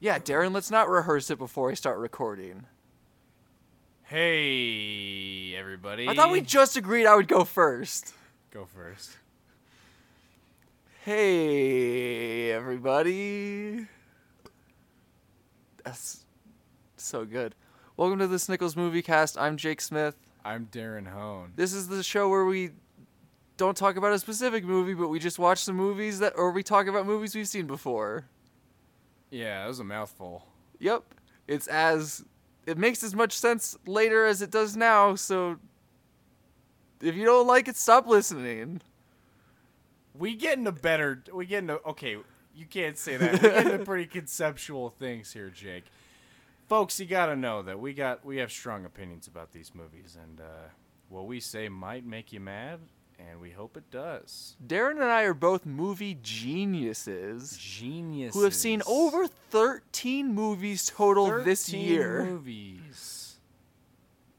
Yeah, Darren, let's not rehearse it before we start recording. Hey, everybody. I thought we just agreed I would go first. go first. Hey, everybody. That's so good. Welcome to the Snickles Movie Cast. I'm Jake Smith. I'm Darren Hone. This is the show where we don't talk about a specific movie, but we just watch some movies that, or we talk about movies we've seen before. Yeah, that was a mouthful. Yep. It's as it makes as much sense later as it does now, so if you don't like it, stop listening. We get into better. We get into okay. You can't say that. We get into pretty conceptual things here, Jake. Folks, you gotta know that we got we have strong opinions about these movies, and uh, what we say might make you mad, and we hope it does. Darren and I are both movie geniuses Genius. who have seen over 13 movies total this year. movies.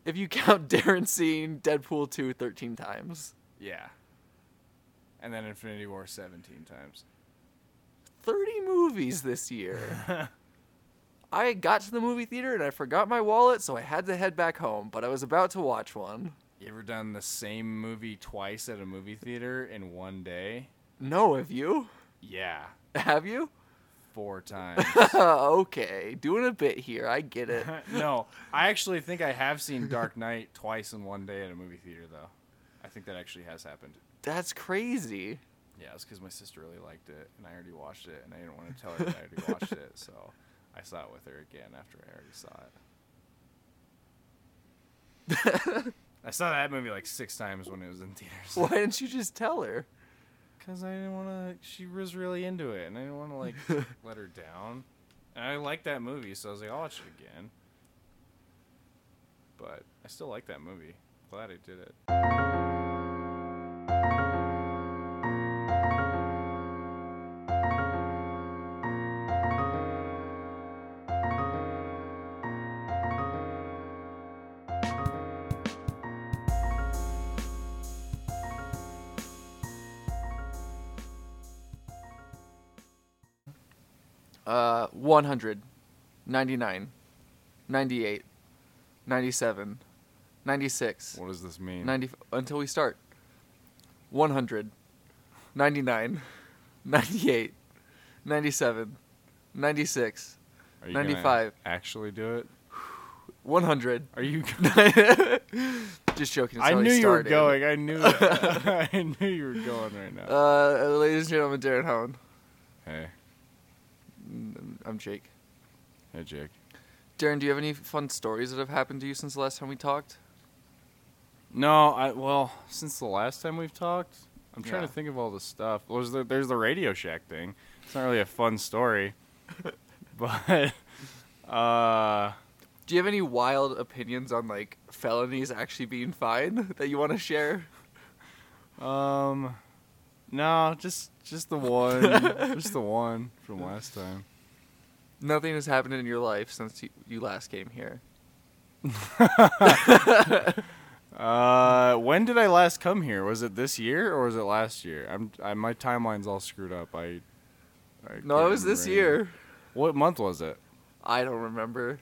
If you count Darren seeing Deadpool 2 13 times. Yeah. And then Infinity War seventeen times. 30 movies this year. I got to the movie theater and I forgot my wallet, so I had to head back home, but I was about to watch one. You ever done the same movie twice at a movie theater in one day? No, have you? Yeah, Have you? four times. okay, doing a bit here. I get it. no, I actually think I have seen Dark Knight twice in one day at a movie theater, though. I think that actually has happened. That's crazy. Yeah, it's because my sister really liked it, and I already watched it, and I didn't want to tell her that I already watched it, so I saw it with her again after I already saw it. I saw that movie like six times when it was in theaters. Why didn't you just tell her? Because I didn't want to. She was really into it, and I didn't want to like let her down. And I liked that movie, so I was like, I'll watch it again. But I still like that movie. Glad I did it. Uh, 100, 99, 98, 97, 96, What does this mean? 90, until we start. 100, 99, 98, 97, 96, Are you gonna 95. Actually, do it. 100. Are you? just joking. it's I how he knew you were started. going. I knew. That. I knew you were going right now. Uh, ladies and gentlemen, Darren Hone. hey, I'm Jake. hey, Jake. Darren, do you have any fun stories that have happened to you since the last time we talked? No, I well, since the last time we've talked, I'm trying Yeah. to think of all the stuff. Well, There's the, there's the Radio Shack thing. It's not really a fun story, but uh, Do you have any wild opinions on like felonies actually being fine that you want to share? um, no, just just the one, just the one from last time. Nothing has happened in your life since you, you last came here. Uh, when did I last come here? Was it this year or was it last year? I'm I, my timeline's all screwed up. I, I No, can't it was this remember anymore. year. What month was it? I don't remember.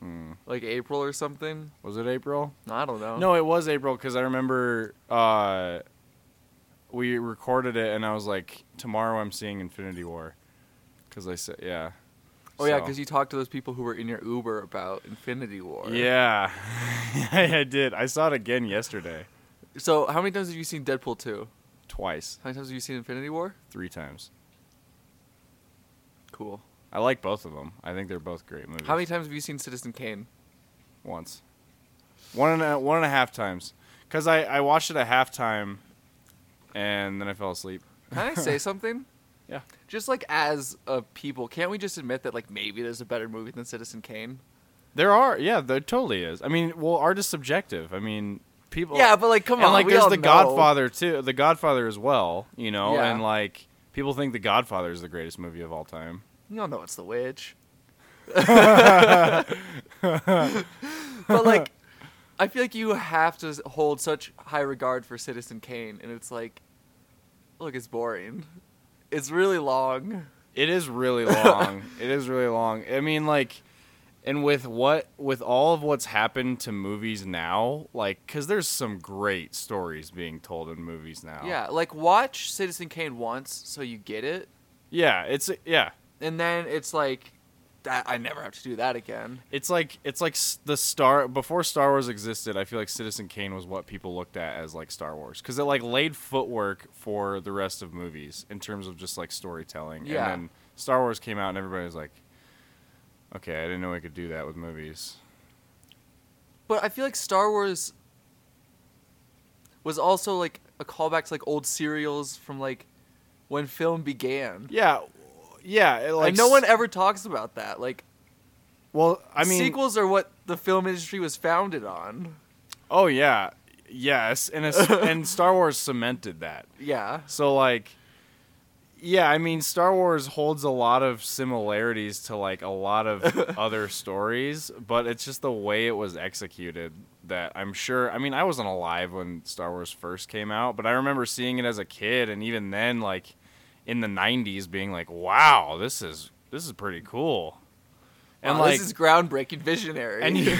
Hmm. Like April or something. Was it April? I don't know. No, it was April because I remember uh, we recorded it, and I was like, "Tomorrow I'm seeing Infinity War," because I said, "Yeah." Oh yeah, So- because you talked to those people who were in your Uber about Infinity War. yeah, I did. I saw it again yesterday, So how many times have you seen Deadpool two? twice, How many times have you seen Infinity War? three times. Cool. I like both of them. I think they're both great movies. How many times have you seen Citizen Kane? Once, one and a, one and a half times, because I I watched it at halftime, and then I fell asleep. Can I say something? Yeah. Just like as a people, can't we just admit that like maybe there's a better movie than Citizen Kane? There are, yeah, there totally is. I mean, well, art is subjective. I mean, people. yeah, but like come and on, like we there's all the know. Godfather too, the Godfather as well, you know, Yeah. and like people think the Godfather is the greatest movie of all time. You all know it's the witch. but like, I feel like you have to hold such high regard for Citizen Kane, and it's like, look, it's boring. It's really long. It is really long. it is really long. I mean, like, and with what with all of what's happened to movies now, like, because there's some great stories being told in movies now. Yeah, like watch Citizen Kane once so you get it, Yeah. It's yeah. and then it's like, that I never have to do that again. It's like it's like s- the star before Star Wars existed. I feel like Citizen Kane was what people looked at as like Star Wars because it like laid footwork for the rest of movies in terms of just like storytelling. Yeah. And then Star Wars came out and everybody was like, "Okay, I didn't know we could do that with movies." But I feel like Star Wars was also like a callback to like old serials from like when film began. Yeah, yeah. It, like Like, and no one s- ever talks about that. Like Well, I mean, sequels are what the film industry was founded on. oh yeah, yes, and it's, and Star Wars cemented that. Yeah. So like yeah, I mean Star Wars holds a lot of similarities to like a lot of other stories, but it's just the way it was executed that I'm sure I mean I wasn't alive when Star Wars first came out, but I remember seeing it as a kid and even then like in the 90s being like, "Wow, this is this is pretty cool." Wow, this is groundbreaking visionary. and you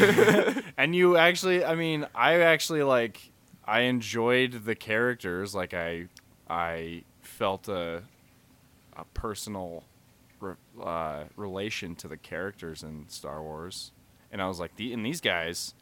and you actually i mean i actually like i enjoyed the characters like i i felt a a personal re, uh, relation to the characters in star wars and i was like the, and these guys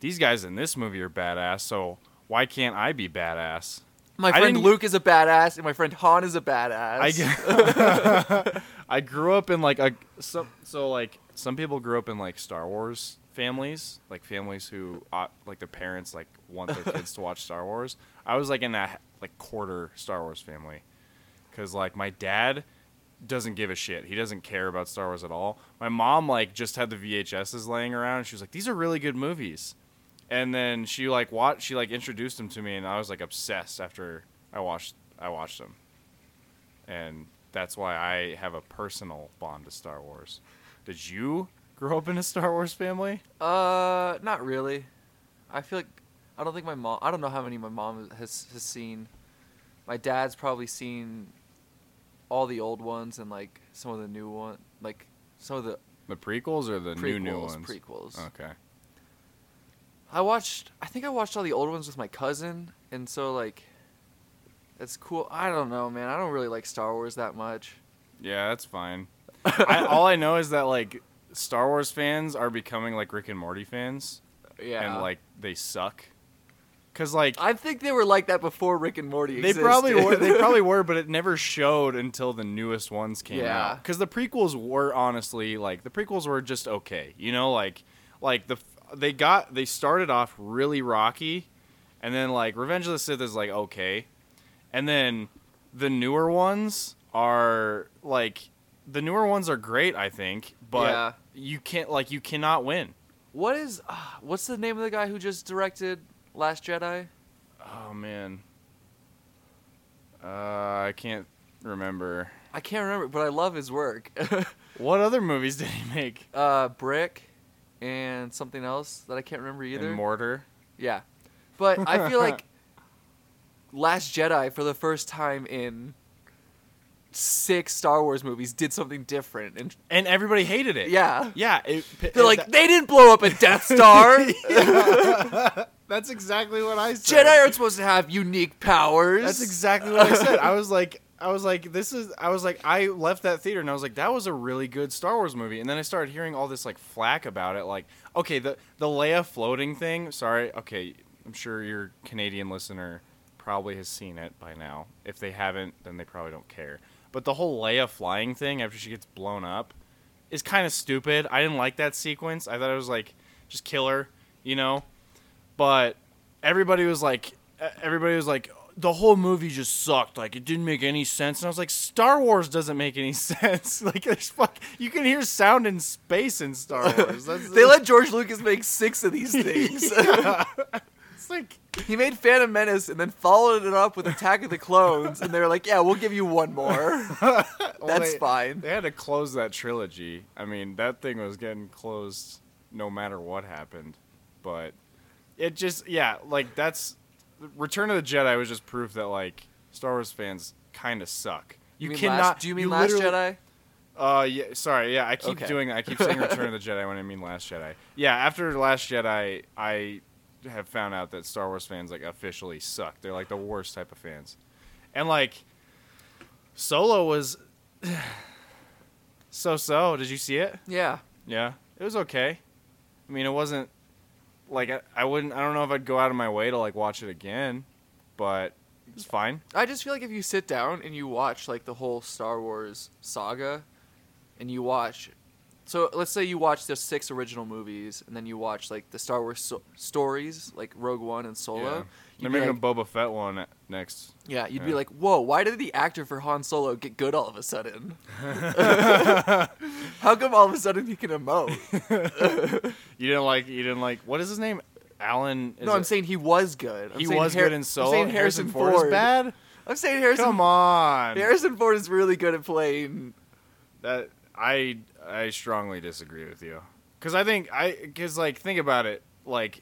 these guys in this movie are badass so why can't i be badass my I friend didn't- Luke is a badass and my friend Han is a badass. I, g- I grew up in like a so, so like some people grew up in like Star Wars families, like families who ought, like their parents like want their kids to watch Star Wars. I was like in a like quarter Star Wars family because like my dad doesn't give a shit. He doesn't care about Star Wars at all. My mom like just had the VHSs laying around. And she was like, "These are really good movies," and then she like watched. She like introduced them to me, and I was like obsessed after I watched. I watched them, and that's why I have a personal bond to Star Wars. Did you grow up in a Star Wars family? Uh, not really. I feel like I don't think my mom. I don't know how many my mom has has seen. My dad's probably seen all the old ones and like some of the new one, like some of the The prequels or the prequels. new new ones? Prequels. Okay. I watched. I think I watched all the old ones with my cousin, and so like, it's cool. I don't know, man. I don't really like Star Wars that much. Yeah, that's fine. I, all I know is that like Star Wars fans are becoming like Rick and Morty fans, Yeah. and like they suck. Cause like I think they were like that before Rick and Morty. they Existed. probably were, they probably were, but it never showed until the newest ones came Yeah. out. Because the prequels were honestly like the prequels were just okay, you know, like like the f- they got they started off really rocky, and then like Revenge of the Sith is like okay, and then the newer ones are like the newer ones are great, I think, but Yeah. you can't like you cannot win. What is? Uh, what's the name of the guy who just directed Last Jedi? Oh man, uh, I can't remember. I can't remember, but I love his work. What other movies did he make? uh, Brick and something else that I can't remember either. And Mortar. yeah. But I feel like Last Jedi, for the first time in six Star Wars movies, did something different. And And everybody hated it. yeah. Yeah. It, p- They're it- like, they didn't blow up a Death Star. that's exactly what I said. Jedi aren't supposed to have unique powers. That's exactly what I said. I was like, I was like, this is. I was like, I left that theater and I was like, that was a really good Star Wars movie. And then I started hearing all this like flack about it. Like, okay, the the Leia floating thing. Sorry. Okay, I'm sure your Canadian listener probably has seen it by now. If they haven't, then they probably don't care. But the whole Leia flying thing after she gets blown up is kind of stupid. I didn't like that sequence. I thought it was like just kill her, you know but everybody was like e, everybody was like the whole movie just sucked like it didn't make any sense and i was like star wars doesn't make any sense like there's fuck you can hear sound in space in star wars that's They let George Lucas make six of these things. Yeah. it's like He made Phantom Menace and then followed it up with Attack of the Clones, and they were like, "Yeah, we'll give you one more. well, That's they- fine." they had to close that trilogy i mean that thing was getting closed no matter what happened but it just yeah like that's return of the jedi was just proof that like star wars fans kind of suck you, mean cannot Last, do you mean Last literally- Jedi? Uh, yeah. Sorry. Yeah, I keep Okay. doing. I keep saying Return of the Jedi when I mean Last Jedi. Yeah. After Last Jedi, I have found out that Star Wars fans like officially suck. They're like the worst type of fans, and like Solo was so so. Did you see it? Yeah. Yeah. It was okay. I mean, it wasn't like I, I wouldn't. I don't know if I'd go out of my way to like watch it again, but it's fine. I just feel like if you sit down and you watch like the whole Star Wars saga, and you watch, so let's say you watch the six original movies, and then you watch like the Star Wars so- stories, like Rogue One and Solo. Yeah. you'd They're be making like- a Boba Fett one next. yeah, you'd be yeah. like, whoa, why did the actor for Han Solo get good all of a sudden? How come all of a sudden he can emote? You didn't like. You didn't like. What is his name? Alan. Is no, I'm it- saying he was good. I'm he saying was Har- good in I'm Solo. saying and Harrison, Ford, is bad. I'm saying Harrison. Come on. Harrison Ford is really good at playing. That I I strongly disagree with you. Cause I think I cause like think about it like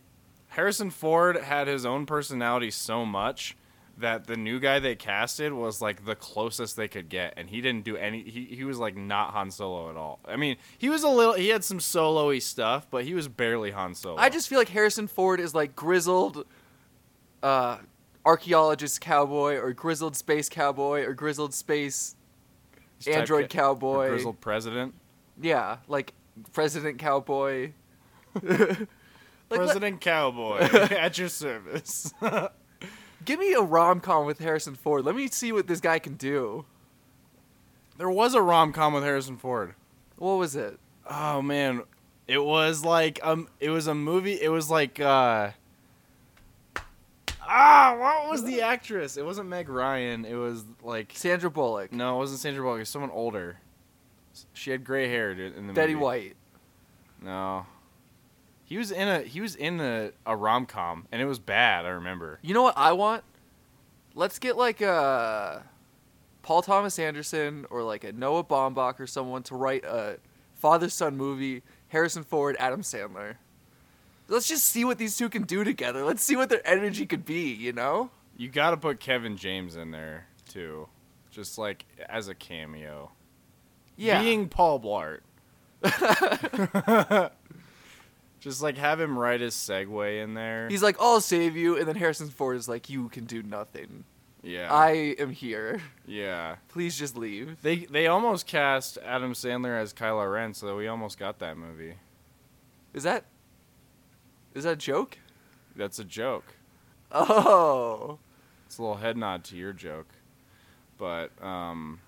Harrison Ford had his own personality so much that the new guy they casted was like the closest they could get and he didn't do any he, he was like not Han Solo at all. I mean, he was a little he had some solo-y stuff, but he was barely Han Solo. I just feel like Harrison Ford is like grizzled uh, archaeologist cowboy or grizzled space cowboy or grizzled space He's type- android cowboy. grizzled president. yeah, like president cowboy. Like, let- president cowboy at your service. give me a rom com with Harrison Ford. Let me see what this guy can do. there was a rom-com with Harrison Ford. What was it? Oh man, it was like um, it was a movie. It was like uh, ah, what was the actress? It wasn't Meg Ryan. It was like Sandra Bullock, no, it wasn't Sandra Bullock. It was someone older. She had gray hair dude, in the Betty movie. White. No, he was in a he was in a, a rom com and it was bad. I remember. You know what I want? Let's get like a Paul Thomas Anderson or like a Noah Baumbach or someone to write a father son movie. Harrison Ford, Adam Sandler. Let's just see what these two can do together. Let's see what their energy could be. You know? You got to put Kevin James in there too, just like as a cameo. Yeah. being Paul Blart. Just like have him write his segue in there. He's like, I'll save you, and then Harrison Ford is like, You can do nothing. yeah, I am here. yeah. Please just leave. They they almost cast Adam Sandler as Kylo Ren, so we almost got that movie. Is that? Is that a joke? That's a joke. Oh. It's a little head nod to your joke, but um,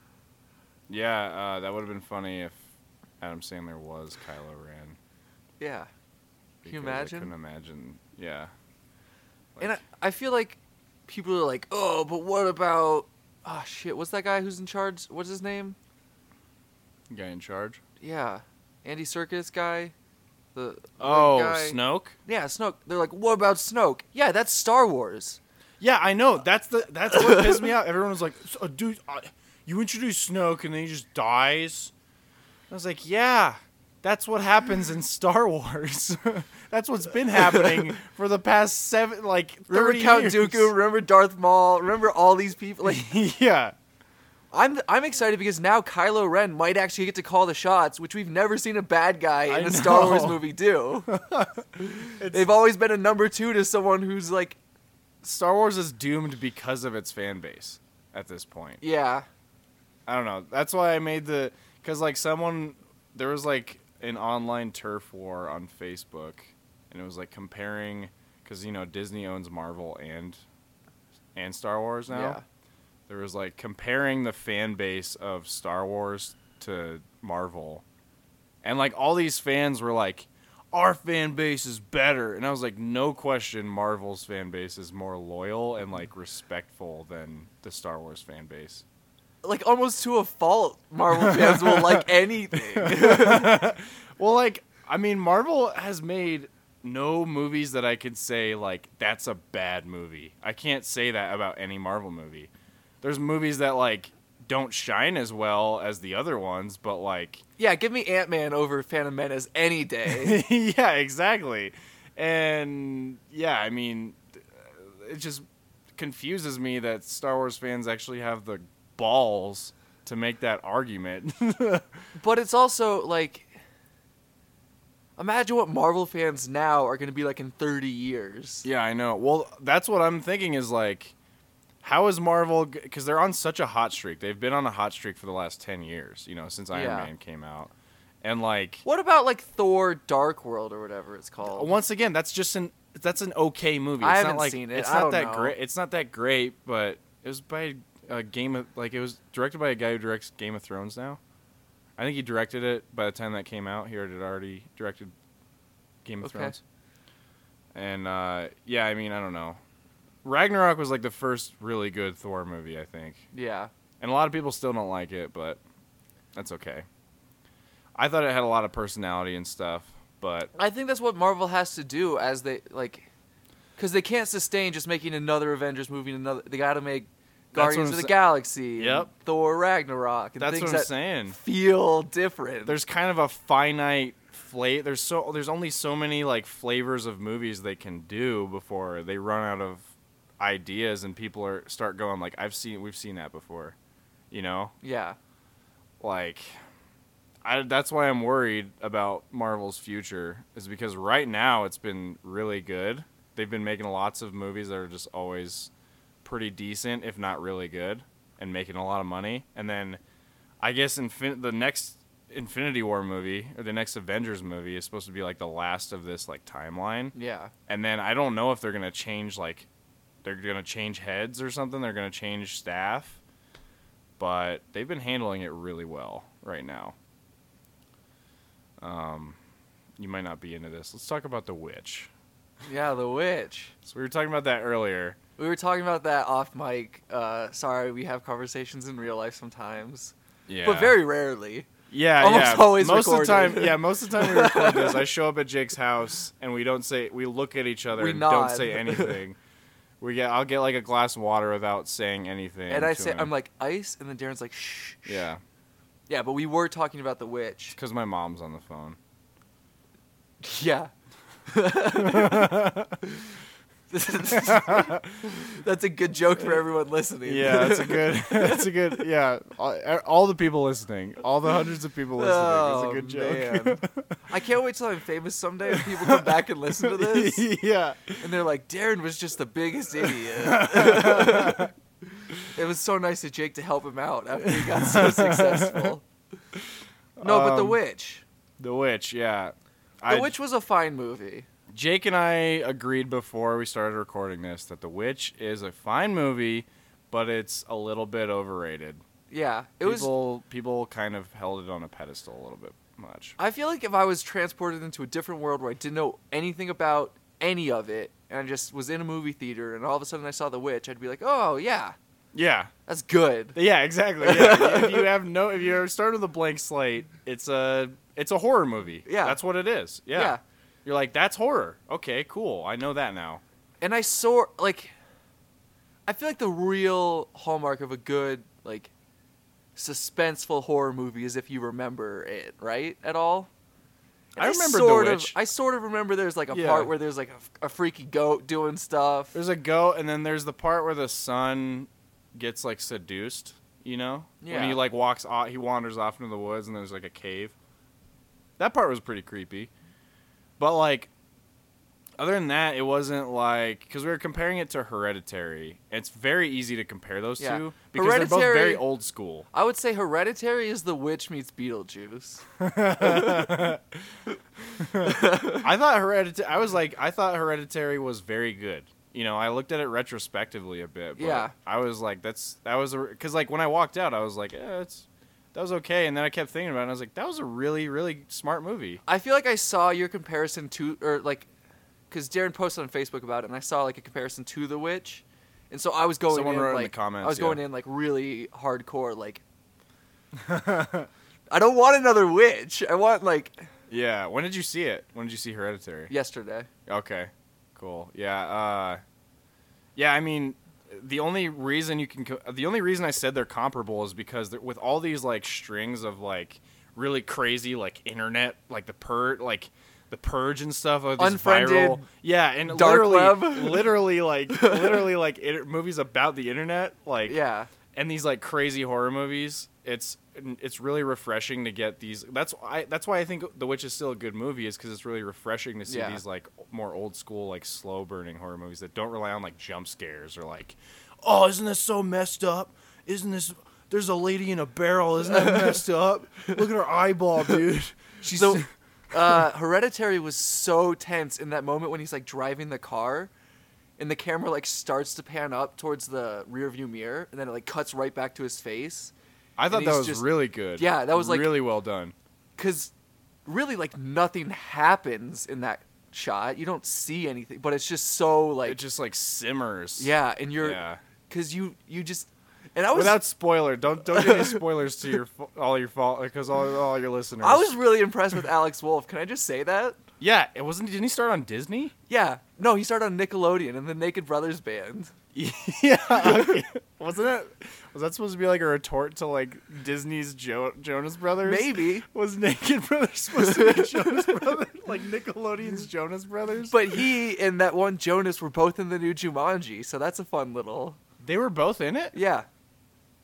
yeah, uh, that would have been funny if Adam Sandler was Kylo Ren. Yeah. Can you because imagine? I couldn't imagine. Yeah. and I, Like- I feel like people are like, oh, but what about? Oh shit, what's that guy who's in charge? What's his name? guy in charge. Yeah, Andy Circus guy. The Oh, guy- Snoke. yeah, Snoke. They're like, what about Snoke? Yeah, that's Star Wars. Yeah, I know. That's the that's what pissed me off. Everyone was like, "So, uh, "Dude, uh, you introduce Snoke and then he just dies." I was like, "Yeah, that's what happens in Star Wars. that's what's been happening for the past seven, like Remember thirty Count years." Dooku? Remember Darth Maul? Remember all these people? Like, yeah, I'm I'm excited because now Kylo Ren might actually get to call the shots, which we've never seen a bad guy I in a Star Wars know. movie do. It's- They've always been a number two to someone who's like, Star Wars is doomed because of its fan base at this point. yeah, I don't know. That's why I made the because like someone there was like an online turf war on Facebook, and it was like comparing because you know Disney owns Marvel and and Star Wars now. Yeah. There was like comparing the fan base of Star Wars to Marvel, and like all these fans were like, "Our fan base is better," and I was like, "No question, Marvel's fan base is more loyal and like respectful than the Star Wars fan base." like almost to a fault, Marvel fans will like anything. Well, like, I mean, Marvel has made no movies that I could say, like, that's a bad movie. I can't say that about any Marvel movie. There's movies that, like, don't shine as well as the other ones, but, like, yeah, give me Ant Man over Phantom Menace any day. yeah, exactly. And, yeah, I mean, it just confuses me that Star Wars fans actually have the balls to make that argument. But it's also like imagine what Marvel fans now are going to be like in 30 years. yeah, I know. Well, that's what I'm thinking is like, how is Marvel? Because they're on such a hot streak. They've been on a hot streak for the last ten years. You know, since Iron Yeah. Man came out, and like What about like Thor Dark World or whatever it's called? once again, that's just an that's an okay movie. It's I not haven't like, seen it. It's I not don't that know. great. It's not that great, but it was by a game of like it was directed by a guy who directs Game of Thrones now. I think he directed it by the time that came out. He had already directed Game of Okay. Thrones. And uh, yeah, I mean, I don't know. Ragnarok was like the first really good Thor movie, I think, Yeah. and a lot of people still don't like it, but that's okay. I thought it had a lot of personality and stuff, but I think that's what Marvel has to do as they like cuz they can't sustain just making another Avengers movie and another they got to make what Guardians I'm of the sa- Galaxy, and Yep. Thor Ragnarok, and that's things what I'm that saying. feel different. there's kind of a finite flavor. There's so there's only so many like flavors of movies they can do before they run out of ideas and people are start going like I've seen we've seen that before, you know. yeah. Like, I that's why I'm worried about Marvel's future is because right now it's been really good. They've been making lots of movies that are just always pretty decent, if not really good, and making a lot of money. And then I guess infin- the next Infinity War movie or the next Avengers movie is supposed to be like the last of this like timeline. Yeah. And then I don't know if they're gonna change like they're gonna change heads or something. They're gonna change staff, but they've been handling it really well right now. Um, you might not be into this. Let's talk about the witch. Yeah, The Witch. So we were talking about that earlier. We were talking about that off mic. Uh, sorry, we have conversations in real life sometimes, Yeah, but very rarely. yeah, almost yeah. always most recorded. of the time. Yeah, most of the time we record this. I show up at Jake's house and we don't say. We look at each other We and nod. don't say anything. We get. I'll get like a glass of water without saying anything. And I to say, him. I'm like ice, and then Darren's like shh. shh." yeah, Yeah, but we were talking about The Witch. because my mom's on the phone. Yeah. That's a good joke for everyone listening. Yeah, that's a good. That's a good. Yeah, all, e, all the people listening, all the hundreds of people listening. Oh, it's a good joke. I can't wait till I'm famous someday and people come back and listen to this. yeah, And they're like, Darren was just the biggest idiot. it was so nice of Jake to help him out after he got so successful. No, but The Um, Witch. The Witch. Yeah, The Witch was a fine movie. Jake and I agreed before we started recording this that The Witch is a fine movie, but it's a little bit overrated. Yeah. It was. people people kind of held it on a pedestal a little bit much. I feel like if I was transported into a different world where I didn't know anything about any of it and I just was in a movie theater and all of a sudden I saw The Witch, I'd be like, oh, yeah, Yeah, that's good. yeah, exactly. Yeah. if you have no, if you start with a blank slate, it's a it's a horror movie. Yeah. that's what it is. Yeah. You're like, that's horror. Okay, cool. I know that now. and I saw like I feel like the real hallmark of a good like suspenseful horror movie is if you remember it right at all. And I remembered The sort Witch. Of, I sort of remember there's like a Yeah. part where there's like a, a freaky goat doing stuff. There's a goat, and then there's the part where the son gets like seduced. You know, when Yeah. he like walks, off, he wanders off into the woods, and there's like a cave. That part was pretty creepy, but like, other than that, it wasn't like because we were comparing it to Hereditary. It's very easy to compare those Yeah. two because they're both Hereditary- very old school. I would say Hereditary is The Witch meets Beetlejuice. I thought Hereditary. I was like, I thought Hereditary was very good. You know, I looked at it retrospectively a bit. But Yeah. I was like, that's that was because like when I walked out, I was like, yeah, it's that was okay. And then I kept thinking about it. and I was like, that was a really really smart movie. I feel like I saw your comparison to, or like, because Darren posted on Facebook about it, and I saw like a comparison to The Witch, and so I was going Someone in wrote in the like comments, I was going yeah. in like really hardcore, like. I don't want another witch. I want like Yeah. When did you see it? When did you see Hereditary? yesterday. Okay. Cool. Yeah. Uh, yeah. I mean, the only reason you can, co- the only reason I said they're comparable is because they're- with all these like strings of like really crazy like internet, like the purge, like the purge and stuff, like these Unfriended viral, yeah, and dark literally, web. literally like, literally like inter- movies about the internet, like Yeah, and these like crazy horror movies. It's it's really refreshing to get these. That's I that's why I think The Witch is still a good movie is because it's really refreshing to see Yeah. these like more old school like slow burning horror movies that don't rely on like jump scares or like, oh isn't this so messed up? Isn't this there's a lady in a barrel? Isn't that messed up? Look at her eyeball, dude. She's So, uh, Hereditary was so tense in that moment when he's like driving the car, and the camera like starts to pan up towards the rearview mirror, and then it like cuts right back to his face. I thought and that he's was just- really good. Yeah, that was, like- really well done. because really like nothing happens in that shot you don't see anything but it's just so like It just like simmers. yeah and you're Yeah. because you you just and i was Without spoiler, don't don't give any spoilers to your fo- all your fault because all, all your listeners. i was really impressed with alex wolf can i just say that yeah. It wasn't. Didn't he start on Disney? yeah no he started on nickelodeon and the naked brothers band yeah. wasn't it? Was that supposed to be like a retort to like Disney's jo- Jonas Brothers? maybe Was Naked Brothers supposed to be Jonas Brothers? Like Nickelodeon's Jonas Brothers? but he and that one jonas were both in the new jumanji so that's a fun little they were both in it. yeah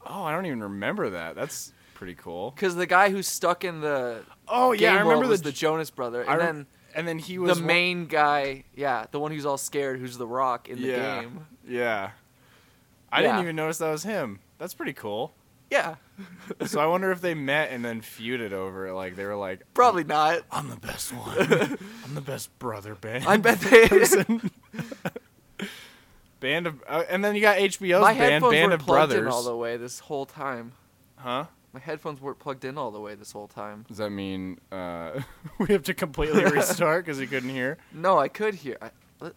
Oh, I don't even remember that. That's pretty cool. because the guy who's stuck in the Oh yeah, game I remember world was the, J- jonas brother and I rem- then and then he the was one- main guy, yeah, the one who's all scared, who's the Rock in the Yeah. game. Yeah. I didn't Yeah. even notice that was him. That's pretty cool. Yeah, So I wonder if they met and then feuded over it. Like they were like, probably not. "I'm the best one. I'm the best brother band." I bet they. person. band of, uh, and then you got HBO's my band, headphones Band weren't of plugged Brothers. in all the way this whole time. Huh? My headphones weren't plugged in all the way this whole time. Does that mean uh, we have to completely restart because you couldn't hear? No, I could hear. I, what-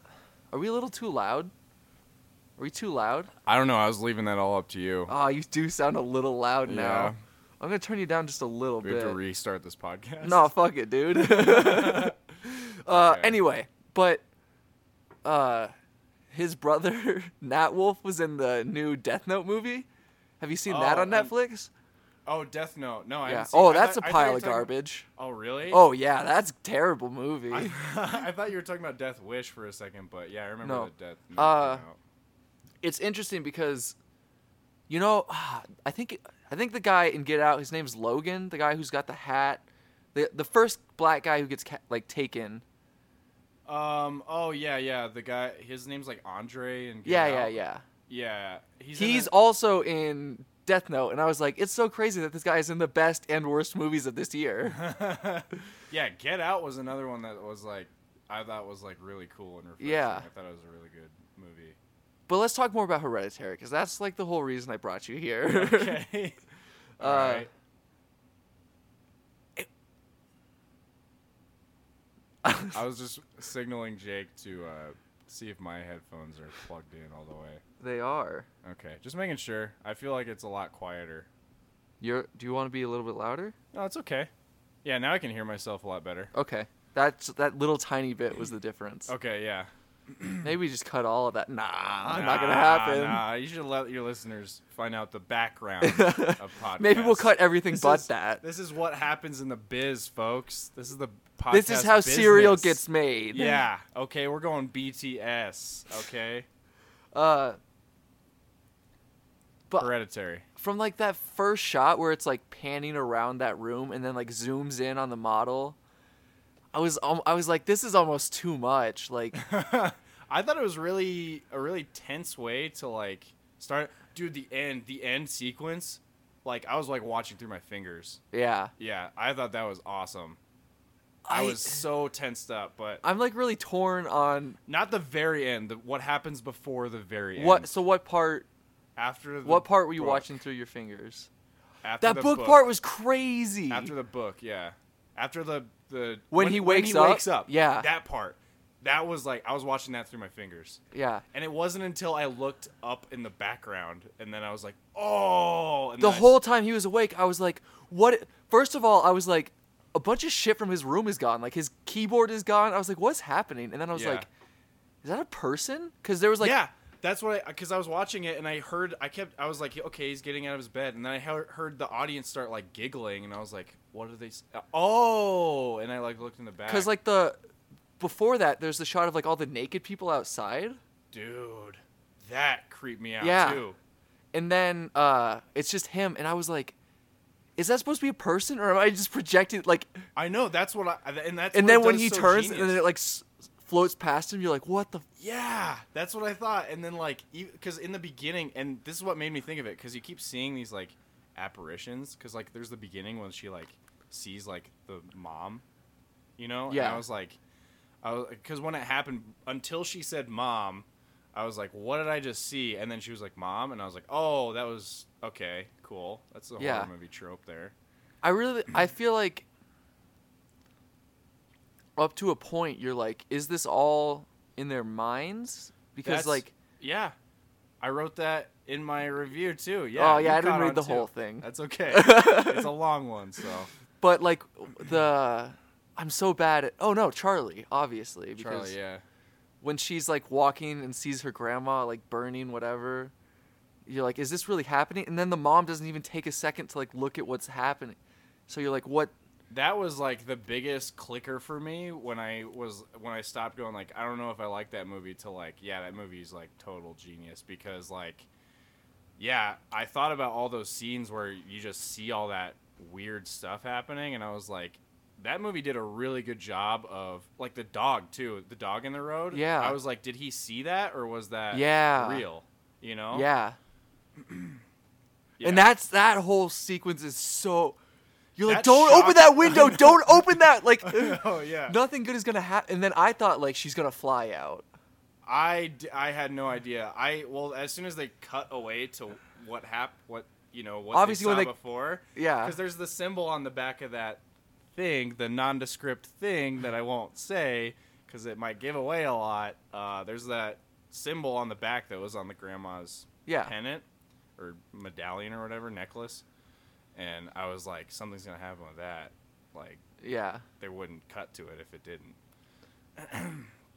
are we a little too loud? Are we too loud? I don't know. I was leaving that all up to you. Ah, you do sound a little loud Yeah. now. I'm gonna turn you down just a little we bit. have to restart this podcast. No, fuck it, dude. uh, Okay. Anyway, but uh, his brother Nat Wolf was in the new Death Note movie. Have you seen that Oh, on I'm- Netflix? Oh, Death Note. No, yeah. I haven't seen Oh, I that's thought- a I thought you pile were of talking- garbage. Oh, really? Oh yeah, that's a terrible movie. I, I thought you were talking about Death Wish for a second, but yeah, I remember No. the Death Note. Uh, came out. it's interesting because, you know, I think I think the guy in Get Out, his name's Logan, the guy who's got the hat, the the first black guy who gets ca- like taken. Um. Oh yeah, yeah. The guy. His name's like Andre. And Yeah, yeah, yeah. yeah. He's in He's a- also in Death Note, and I was like, it's so crazy that this guy is in the best and worst movies of this year. yeah. Get Out was another one that was like I thought was like really cool and refreshing. Yeah. I thought it was a really good movie. but let's talk more about Hereditary, because that's like the whole reason I brought you here. Okay. Uh, All right. I was just signaling Jake to uh, see if my headphones are plugged in all the way. they are. Okay, just making sure. I feel like it's a lot quieter. You're. Do you want to be a little bit louder? No, Oh, it's okay. Yeah, now I can hear myself a lot better. Okay. That's that little tiny bit was the difference. Okay, yeah. Maybe just cut all of that. Nah, Ah, not gonna Nah, happen. Nah, you should let your listeners find out the background of podcasts. Maybe we'll cut everything This but is- that. This is what happens in the biz, folks. This is the podcast. This is how cereal business. gets made. Yeah. Okay, we're going BTS. Okay, Uh. But Hereditary. from like that first shot where it's like panning around that room and then like zooms in on the model i was um, i was like this is almost too much like I thought it was really a really tense way to like start. Dude, the end, the end sequence. Like I was like watching through my fingers. yeah Yeah, I thought that was awesome. I, was so tensed up, but i'm like really torn on not the very end. The, what happens before the very end? what so what part after the what part were you book. watching through your fingers After that the book, part was crazy after the book, yeah. After the the When he wakes when up? he wakes up, Yeah. that part. That was like I was watching that through my fingers, yeah and it wasn't until I looked up in the background, and then I was like, oh. And the then I s- whole time he was awake i was like what first of all i was like a bunch of shit from his room is gone like his keyboard is gone i was like what's happening and then i was Yeah. like is that a person because there was like yeah, that's what I because I was watching it, and I heard I kept I was like, okay, he's getting out of his bed, and then I heard, heard the audience start like giggling, and I was like, what are they? s- Oh, and I like looked in the back Because like the before that, there's the shot of like all the naked people outside, dude, that creeped me out Yeah. too. and then uh, it's just him, and I was like, is that supposed to be a person, or am I just projecting? Like, I know that's what I and that's and what it then when does he so turns and genius. then it like s- floats past him, you're like, what the? F-? Yeah, that's what I thought. And then like, because in the beginning, and this is what made me think of it, because you keep seeing these like apparitions. Because like, there's the beginning when she like sees like the mom, you know. And Yeah. I was like, I was because when it happened, until she said mom, I was like, what did I just see? And then she was like mom, and I was like, oh, that was okay, cool. That's the Yeah. horror movie trope there. I really, I feel like up to a point, you're like, is this all in their minds? Because That's- like, yeah, I wrote that in my review too. Yeah. oh you yeah, I didn't caught read on, the too. whole thing, That's okay. it's a long one, so but like the. I'm so bad at oh no Charlie obviously because Charlie, yeah. when she's like walking and sees her grandma like burning whatever you're like is this really happening and then the mom doesn't even take a second to like look at what's happening so you're like what That was like the biggest clicker for me when I was when I stopped going like I don't know if I like that movie till like yeah that movie's like total genius because like yeah I thought about all those scenes where you just see all that weird stuff happening and I was like that movie did a really good job of like the dog too the dog in the road Yeah. I was like did he see that or was that Yeah. real you know yeah. Oh. Yeah. and that's that whole sequence is so you're like That don't shock- open that window I know. don't open that like oh yeah nothing good is gonna happen and then i thought like she's gonna fly out I, d- I had no idea. I well, as soon as they cut away to what hap what you know what Obviously they when they- saw before, yeah because there's the symbol on the back of that thing, the nondescript thing that I won't say because it might give away a lot. Uh, there's that symbol on the back that was on the grandma's yeah pennant or medallion or whatever necklace, and I was like, something's gonna happen with that. Like yeah they wouldn't cut to it if it didn't.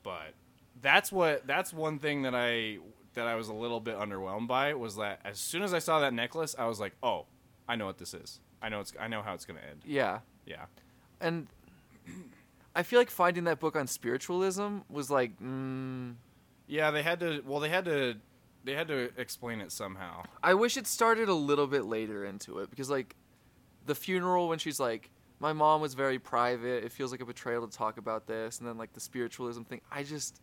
but that's what that's one thing that I that I was a little bit underwhelmed by was that as soon as I saw that necklace, I was like, "Oh, I know what this is. I know it's I know how it's going to end." yeah Yeah. and i feel like finding that book on spiritualism was like mm, Yeah, they had to well, they had to they had to explain it somehow. I wish it started a little bit later into it because like the funeral when she's like my mom was very private it feels like a betrayal to talk about this and then like the spiritualism thing I just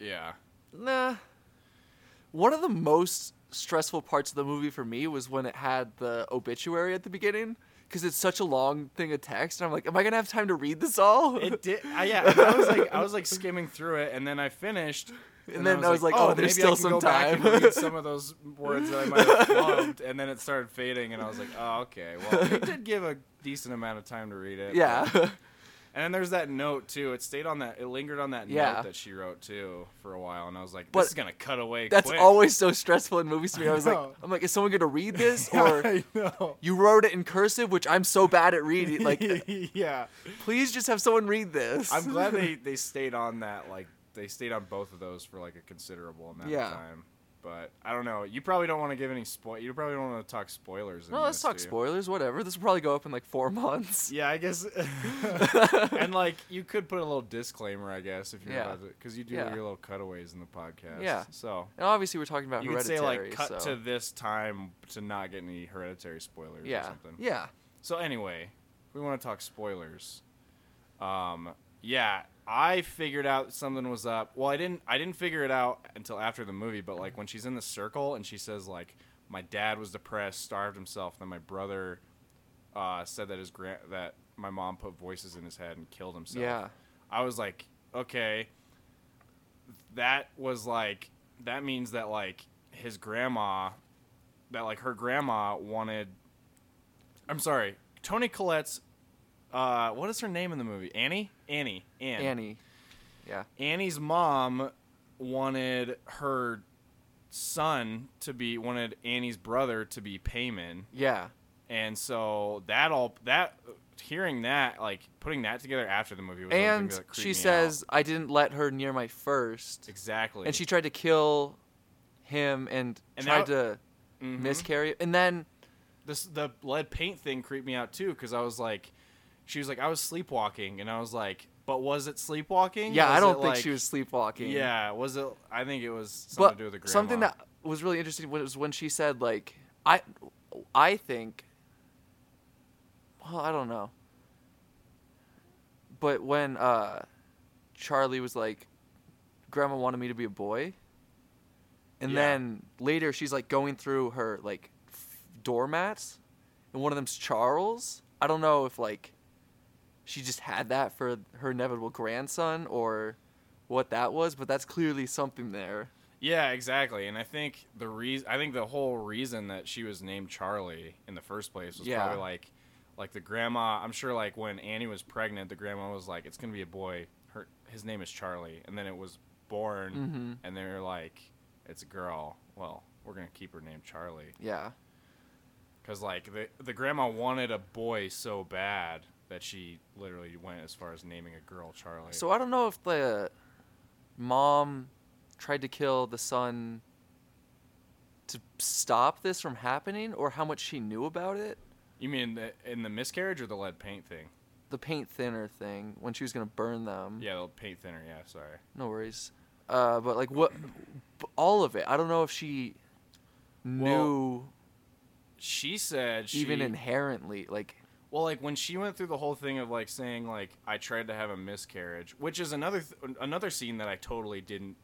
Yeah. nah one of the most stressful parts of the movie for me was when it had the obituary at the beginning because it's such a long thing of text and I'm like am I gonna have time to read this all It did I, yeah, I was like I was like skimming through it and then I finished And then I was like, "Oh, there's maybe I still can some go back and time." read some of those words that I might have flubbed, and then it started fading, and I was like, "Oh, okay. Well, they did give a decent amount of time to read it." yeah And then there's that note too. It stayed on that. It lingered on that Yeah. note that she wrote too for a while, and I was like, "This But is gonna cut away." that's quick. always so stressful in movies to me I was like know. I'm like is someone gonna read this or I know. you wrote it in cursive which I'm so bad at reading like yeah. Please just have someone read this. I'm glad they they stayed on that. Like they stayed on both of those for like a considerable amount Yeah. of time. But I don't know. You probably don't want to give any spoil. You probably don't want to talk spoilers. in no, let's this, talk do you? spoilers. Whatever. This will probably go up in like four months. Yeah, I guess. and like, you could put a little disclaimer, I guess, if you're Yeah. about to, because you do Yeah. your little cutaways in the podcast. Yeah. So And obviously, we're talking about you could say hereditary. like, cut so. to this time to not get any hereditary spoilers or yeah, something. yeah, So anyway, we want to talk spoilers. Um, yeah, I figured out something was up. Well, I didn't. I didn't figure it out until after the movie. But like when she's in the circle and she says like, "My dad was depressed, starved himself. Then my brother uh, said that his grand that my mom put voices in his head and killed himself." yeah, I was like, okay, that was like that means that like his grandma, that like her grandma wanted. I'm sorry, Tony Collette's. Uh, what is her name in the movie? Annie. Annie. Anne. Annie. Yeah, Annie's mom wanted her son to be wanted Annie's brother to be Payman yeah, and so that all that hearing that like putting that together after the movie was another thing and that creeped me she out. says I didn't let her near my first, exactly and she tried to kill him and, And tried to Mhm. miscarry, and then this the lead paint thing creeped me out too because I was like, she was like, I was sleepwalking, and I was like, but was it sleepwalking? yeah, I Was don't it, think like- she was sleepwalking. Yeah, was it? I think it was something but to do with the grandma. something that was really interesting was when she said like I I think well I don't know but when uh Charlie was like grandma wanted me to be a boy and Yeah. then later she's like going through her like f- doormats and one of them's Charles I don't know if like she just had that for her inevitable grandson or what that was but that's clearly something there Yeah, exactly. And I think the reason I think the whole reason that she was named Charlie in the first place was Yeah. probably like like the grandma, I'm sure like when Annie was pregnant, the grandma was like it's going to be a boy. Her his name is Charlie. And then it was born Mhm. and they were like it's a girl. Well, we're going to keep her named Charlie yeah cuz like the the grandma wanted a boy so bad that she literally went as far as naming a girl Charlie. So I don't know if the mom tried to kill the son to stop this from happening or how much she knew about it. you mean the, in the miscarriage or the lead paint thing? The paint thinner thing when she was going to burn them. Yeah, the paint thinner. Yeah, sorry. No worries. Uh, but like what b- all of it. I don't know if she knew she said she even inherently like well like when she went through the whole thing of like saying like I tried to have a miscarriage, which is another th- another scene that I totally didn't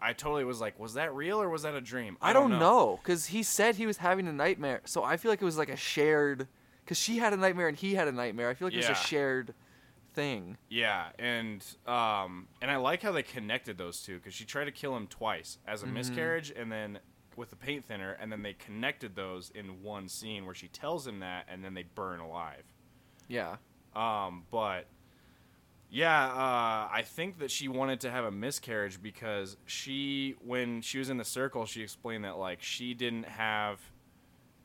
I totally was like was that real or was that a dream? I don't know cuz he said he was having a nightmare. So I feel like it was like a shared cuz she had a nightmare and he had a nightmare. I feel like it Yeah. was a shared thing. Yeah, and um and I like how they connected those two cuz she tried to kill him twice as a miscarriage and then with the paint thinner and then they connected those in one scene where she tells him that and then they burn alive. Yeah. Um, but yeah, uh, I think that she wanted to have a miscarriage because she, when she was in the circle, she explained that like she didn't have,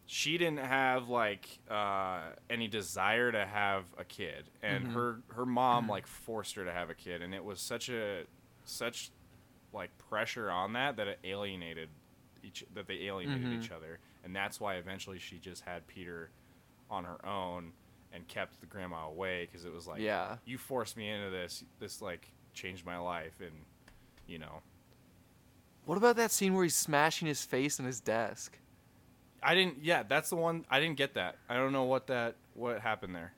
she didn't have like uh, any desire to have a kid, and her her mom like forced her to have a kid, and it was such a such like pressure on that that it alienated each that they alienated each other, and that's why eventually she just had Peter on her own and kept the grandma away because it was like Yeah. you forced me into this this like changed my life and you know What about that scene where he's smashing his face in his desk? i didn't yeah that's the one i didn't get that i don't know what that what happened there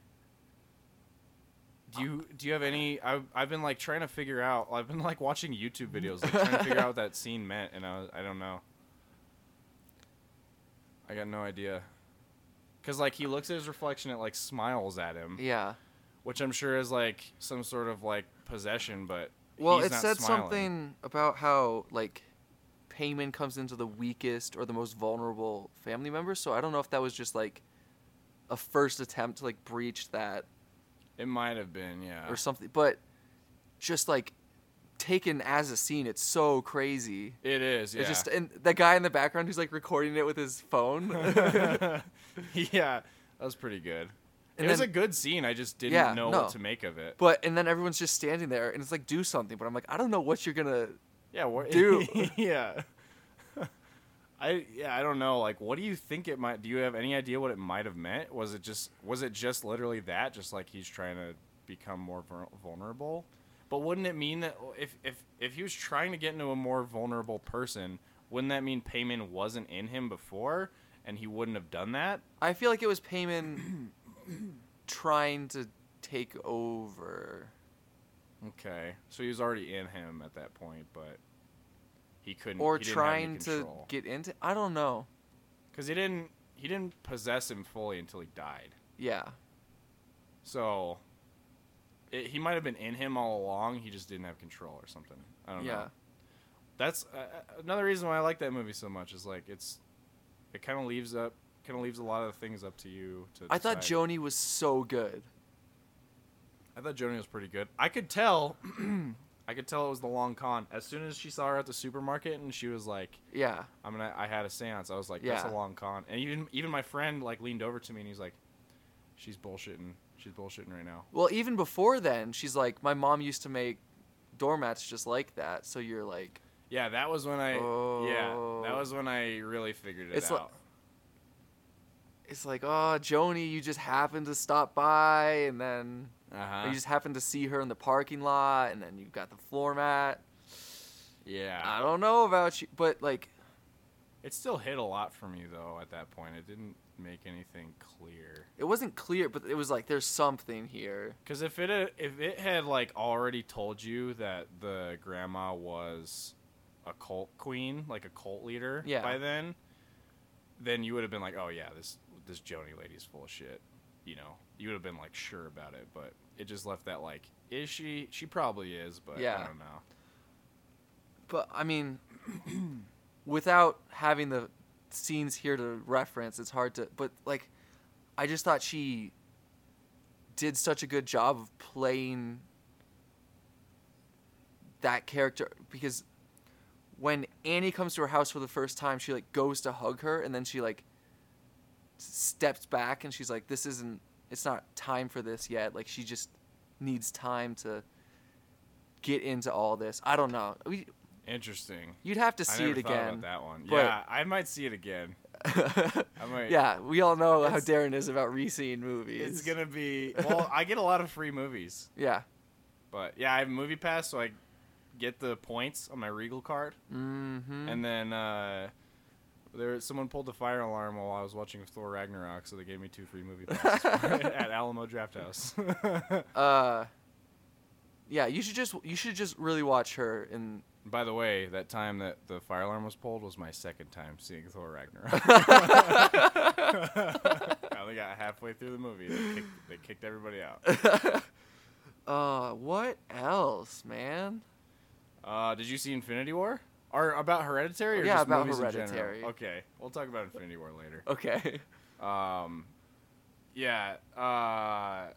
do you do you have any i've, I've been like trying to figure out i've been like watching youtube videos like, trying to figure out what that scene meant and i, was- I don't know i got no idea because like he looks at his reflection it like smiles at him Yeah. which i'm sure is like some sort of like possession but Well, he's it not said smiling. something about how like payment comes into the weakest or the most vulnerable family members. So I don't know if that was just like a first attempt to like breach that it might have been yeah or something. But just like taken as a scene, it's so crazy. It is. Yeah. It's just and that guy in the background who's like recording it with his phone. yeah. That was pretty good. And it was then- a good scene. I just didn't Yeah, know no. what to make of it. but and then everyone's just standing there and it's like do something. But I'm like I don't know what you're gonna Yeah. What, Do. yeah. I yeah. I don't know. Like, what do you think it might? Do you have any idea what it might have meant? Was it just? Was it just literally that? Just like he's trying to become more vul- vulnerable. But wouldn't it mean that if if if he was trying to get into a more vulnerable person, wouldn't that mean Payman wasn't in him before, and he wouldn't have done that? I feel like it was Payman trying to take over. Okay, so he was already in him at that point, but he couldn't. Or Mm, he didn't have any trying to control. get into I don't know. because he didn't he didn't possess him fully until he died. Yeah. So it, he might have been in him all along. He just didn't have control or something. I don't Yeah. know. That's uh, uh, another reason why I like that movie so much. Is like it's it kind of leaves up kind of leaves a lot of things up to you. To I thought decide. Joni was so good. I thought Joni was pretty good. I could tell. I could tell it was the long con. As soon as she saw her at the supermarket and she was like, Yeah. I'm gonna. I had a séance. I was like, that's Yeah. a long con. And even even my friend like leaned over to me and he's like, she's bullshitting. She's bullshitting right now. Well, even before then, she's like my mom used to make doormats just like that. So you're like Yeah, that was when I. Oh. Yeah, that was when I really figured it It's like- out. it's like, "Oh, Joni, you just happened to stop by and then uh you just happened to see her in the parking lot and then you got the floor mat." yeah. I don't know about you, but like, It still hit a lot for me though. At that point, it didn't make anything clear. It wasn't clear, but it was like there's something here. Because if it had- if it had like already told you that the grandma was a cult queen, like a cult leader, Yeah. by then, then you would have been like, oh yeah, this this Joni lady's full of shit. You know, you would have been like sure about it, but it just left that like, is she? She probably is, but I Yeah. don't know. But I mean, without having the scenes here to reference, it's hard to. But like, I just thought she did such a good job of playing that character because when Annie comes to her house for the first time, she like goes to hug her and then she like s- steps back and she's like, "This isn't. It's not time for this yet." Like she just needs time to get into all this. I don't know. We, Interesting. you'd have to I see never it thought about again. that one. but- yeah, I might see it again. I might. yeah, we all know how It's- Darren is about reseeing movies. It's gonna be well. I get a lot of free movies. Yeah. But yeah, I have Movie Pass, so I get the points on my Regal card. Mm-hmm. And then uh, there someone pulled the fire alarm while I was watching Thor Ragnarok, so they gave me two free Movie Passes at Alamo Draft House. uh. Yeah, you should just you should just really watch her and By the way, that time that the fire alarm was pulled was my second time seeing Thor Ragnarok. I only got halfway through the movie. They kicked, they kicked everybody out. uh what else, man? Uh, did you see Infinity War? Or about Hereditary? Or Yeah, just about movies in general? Hereditary. Okay, we'll talk about Infinity War later. Okay. Um, yeah. Uh,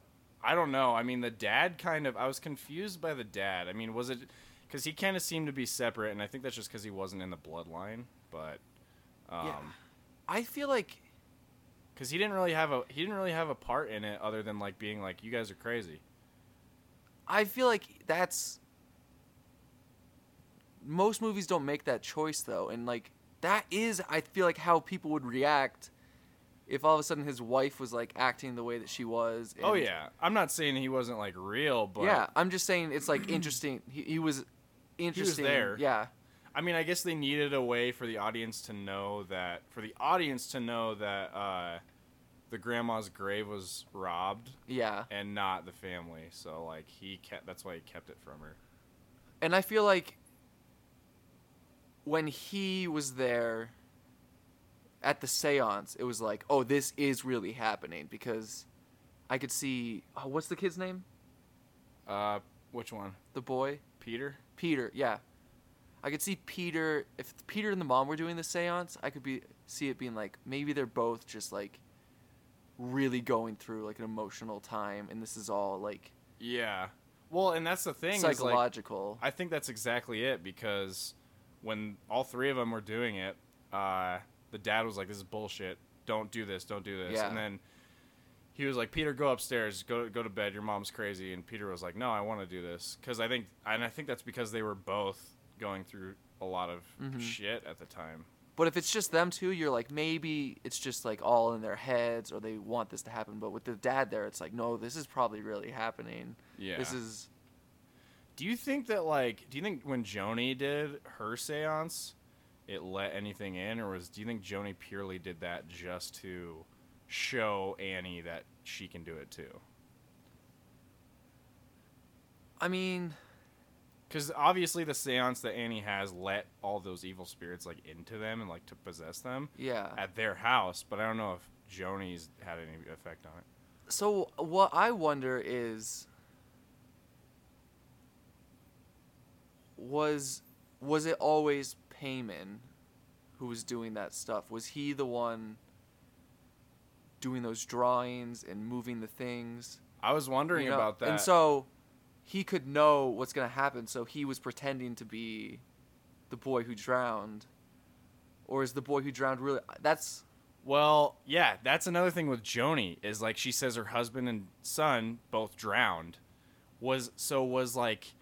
I don't know. I mean, the dad kind of. I was confused by the dad. I mean, was it because he kind of seemed to be separate, and I think that's just because he wasn't in the bloodline. But Yeah. um, I feel like because he didn't really have a he didn't really have a part in it other than like being like, "You guys are crazy." I feel like that's most movies don't make that choice though, and like that is I feel like how people would react if all of a sudden his wife was like acting the way that she was. oh and- yeah, I'm not saying he wasn't like real, but yeah. I'm just saying it's like interesting. He, he was interesting. there. Yeah, I mean, I guess they needed a way for the audience to know that for the audience to know that uh, the grandma's grave was robbed yeah. and not the family. So like he kept that's why he kept it from her. And I feel like when he was there at the séance, it was like, oh, this is really happening because I could see. Oh, what's the kid's name? Uh, which one? The boy. Peter? Peter, yeah. I could see Peter if Peter and the mom were doing the séance, I could be see it being like maybe they're both just like really going through like an emotional time and this is all like Yeah. Well, and that's the thing is, like, psychological. I think that's exactly it because when all three of them were doing it, uh, the dad was like, "This is bullshit. Don't do this. Don't do this." Yeah. And then he was like, "Peter, go upstairs. Go go to bed. Your mom's crazy." And Peter was like, "No, I want to do this because I think and I think that's because they were both going through a lot of Mhm. shit at the time. but if it's just them two, you're like maybe it's just like all in their heads or they want this to happen. But with the dad there, it's like no, this is probably really happening. Yeah. This is Do you think that like do you think when Joni did her séance it let anything in or was do you think Joni purely did that just to show Annie that she can do it too? I mean, Cuz obviously the séance that Annie has let all those evil spirits like into them and like to possess them yeah. at their house, but I don't know if Joni's had any effect on it. So what I wonder is was was it always Payman who was doing that stuff? Was he the one doing those drawings and moving the things? I was wondering you know? about that. And so he could know what's going to happen, so he was pretending to be the boy who drowned. Or is the boy who drowned really that's Well, yeah, that's another thing with Joni is like she says her husband and son both drowned. Was so was like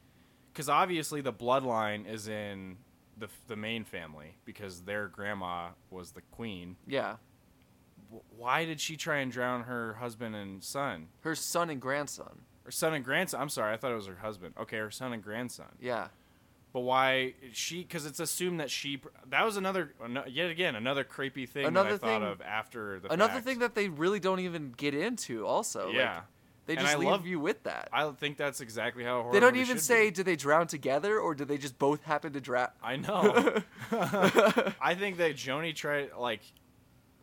cuz obviously the bloodline is in the the main family because their grandma was the queen. yeah, W- Why did she try and drown her husband and son? her son and grandson. Her son and grandson. I'm sorry, I thought it was her husband. Okay, her son and grandson. Yeah. But why she? Because it's assumed that she. That was another, ano- yet again, another creepy thing that I Another thought thing- of after the. Another fact. thing that they really don't even get into. Also, like, Yeah. they And just I leave love- you with that. I think that's exactly how. a horror they don't movie should even be. say, did they drown together or did they just both happen to drown? I know. I think that Joni tried like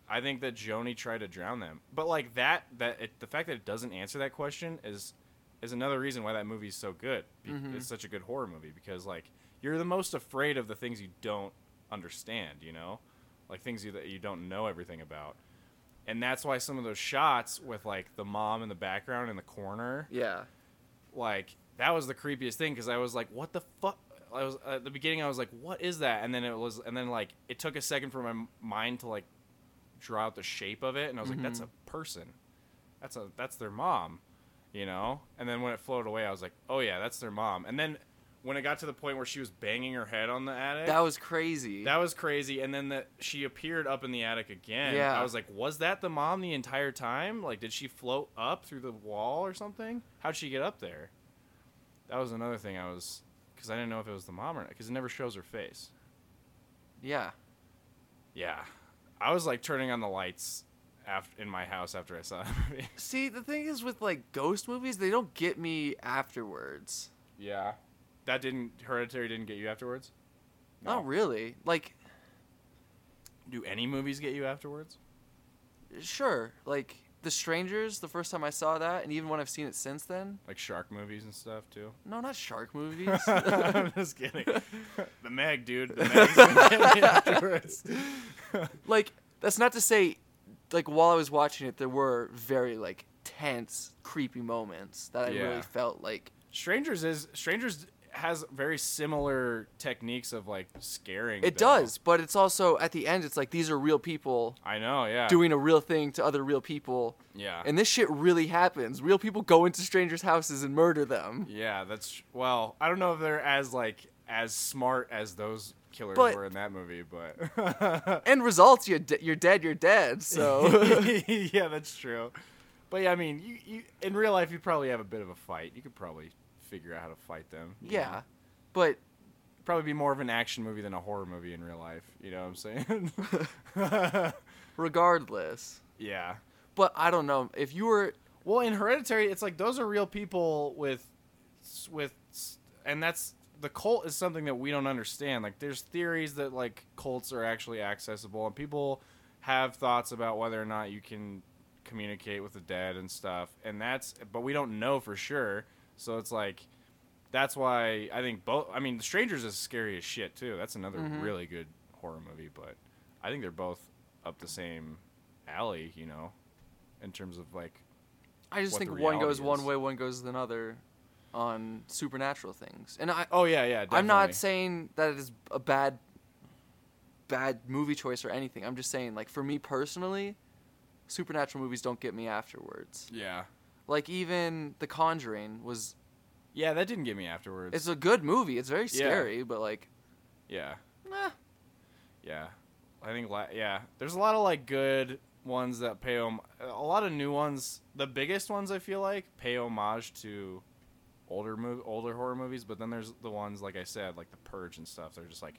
I think that Joni tried to drown them. But like that that it, the fact that it doesn't answer that question is is another reason why that movie is so good. Be- Mm-hmm. It's such a good horror movie because like you're the most afraid of the things you don't understand, you know? Like things you, that you don't know everything about. And that's why some of those shots with like the mom in the background in the corner Yeah. like that was the creepiest thing because I was like, what the fuck? I was at the beginning. I was like, what is that? And then it was, and then like it took a second for my m- mind to like draw out the shape of it, and I was like, that's a person. That's a that's their mom, you know. And then when it floated away, I was like, oh yeah, that's their mom. And then when it got to the point where she was banging her head on the attic, That was crazy. that was crazy. And then that she appeared up in the attic again. Yeah. I was like, was that the mom the entire time? Like, did she float up through the wall or something? How'd she get up there? That was another thing I was, because I didn't know if it was the mom or not, because it never shows her face. yeah. Yeah. I was like turning on the lights after, in my house after I saw that movie. See, the thing is with like ghost movies, they don't get me afterwards. Yeah. That didn't, Hereditary didn't get you afterwards? Not really. Like, Do any movies get you afterwards? sure. Like, The Strangers, the first time I saw that, and even when I've seen it since then. Like shark movies and stuff too? No, not shark movies. I'm just kidding. The Meg, dude. The Meg's gonna get me afterwards. like, that's not to say, like, while I was watching it, there were very, like, tense, creepy moments that I Yeah. really felt like. Strangers is Strangers has very similar techniques of like scaring. It though. does, but it's also, at the end, it's like, these are real people I know. Yeah. doing a real thing to other real people. Yeah. And this shit really happens. Real people go into strangers' houses and murder them. yeah. That's well. I don't know if they're as like as smart as those killers But- were in that movie, but End results, you're, de- you're dead, you're dead. So, yeah, that's true. But yeah, I mean, you, you in real life you probably have a bit of a fight. You could probably figure out how to fight them. you know? yeah. But probably be more of an action movie than a horror movie in real life. You know what I'm saying? regardless, yeah. but I don't know. If you were. Well, in Hereditary, it's like those are real people with, with, and that's the cult is something that we don't understand. Like, there's theories that like cults are actually accessible, and people have thoughts about whether or not you can communicate with the dead and stuff. And that's, but we don't know for sure. So it's like, that's why I think both. I mean, The Strangers is scary as shit too. That's another really good horror movie, but I think they're both up the same alley. You know, in terms of like I just What think the one reality goes one is. way, one goes another on supernatural things. And I, Oh yeah, yeah. Definitely. I'm not saying that it is a bad bad movie choice or anything. I'm just saying like for me personally, supernatural movies don't get me afterwards. Yeah, Like even The Conjuring was yeah. That didn't get me afterwards. it's a good movie. It's very Yeah. scary, but like yeah, eh. yeah. I think la- yeah. There's a lot of like good ones that pay hom- a lot of new ones. The biggest ones I feel like pay homage to older mov- older horror movies, but then there's the ones like I said, like The Purge and stuff. They're just like,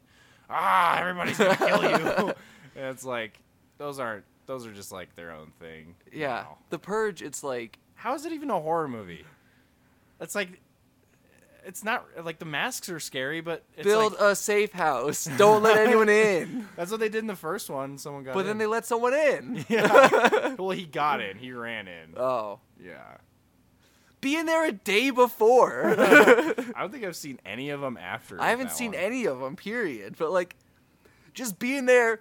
ah, everybody's gonna kill you. and it's like those aren't. Those are just like their own thing. you yeah. know. The Purge it's like How is it even a horror movie? It's like, it's not like the masks are scary, but it's build like- a safe house. Don't let anyone in. That's what they did in the first one. Someone got. But then in. they let someone in. Yeah. well, he got in. He ran in. Oh. yeah. Be in there a day before. I don't think I've seen any of them after. I haven't that seen one. any of them, period. But like, just being there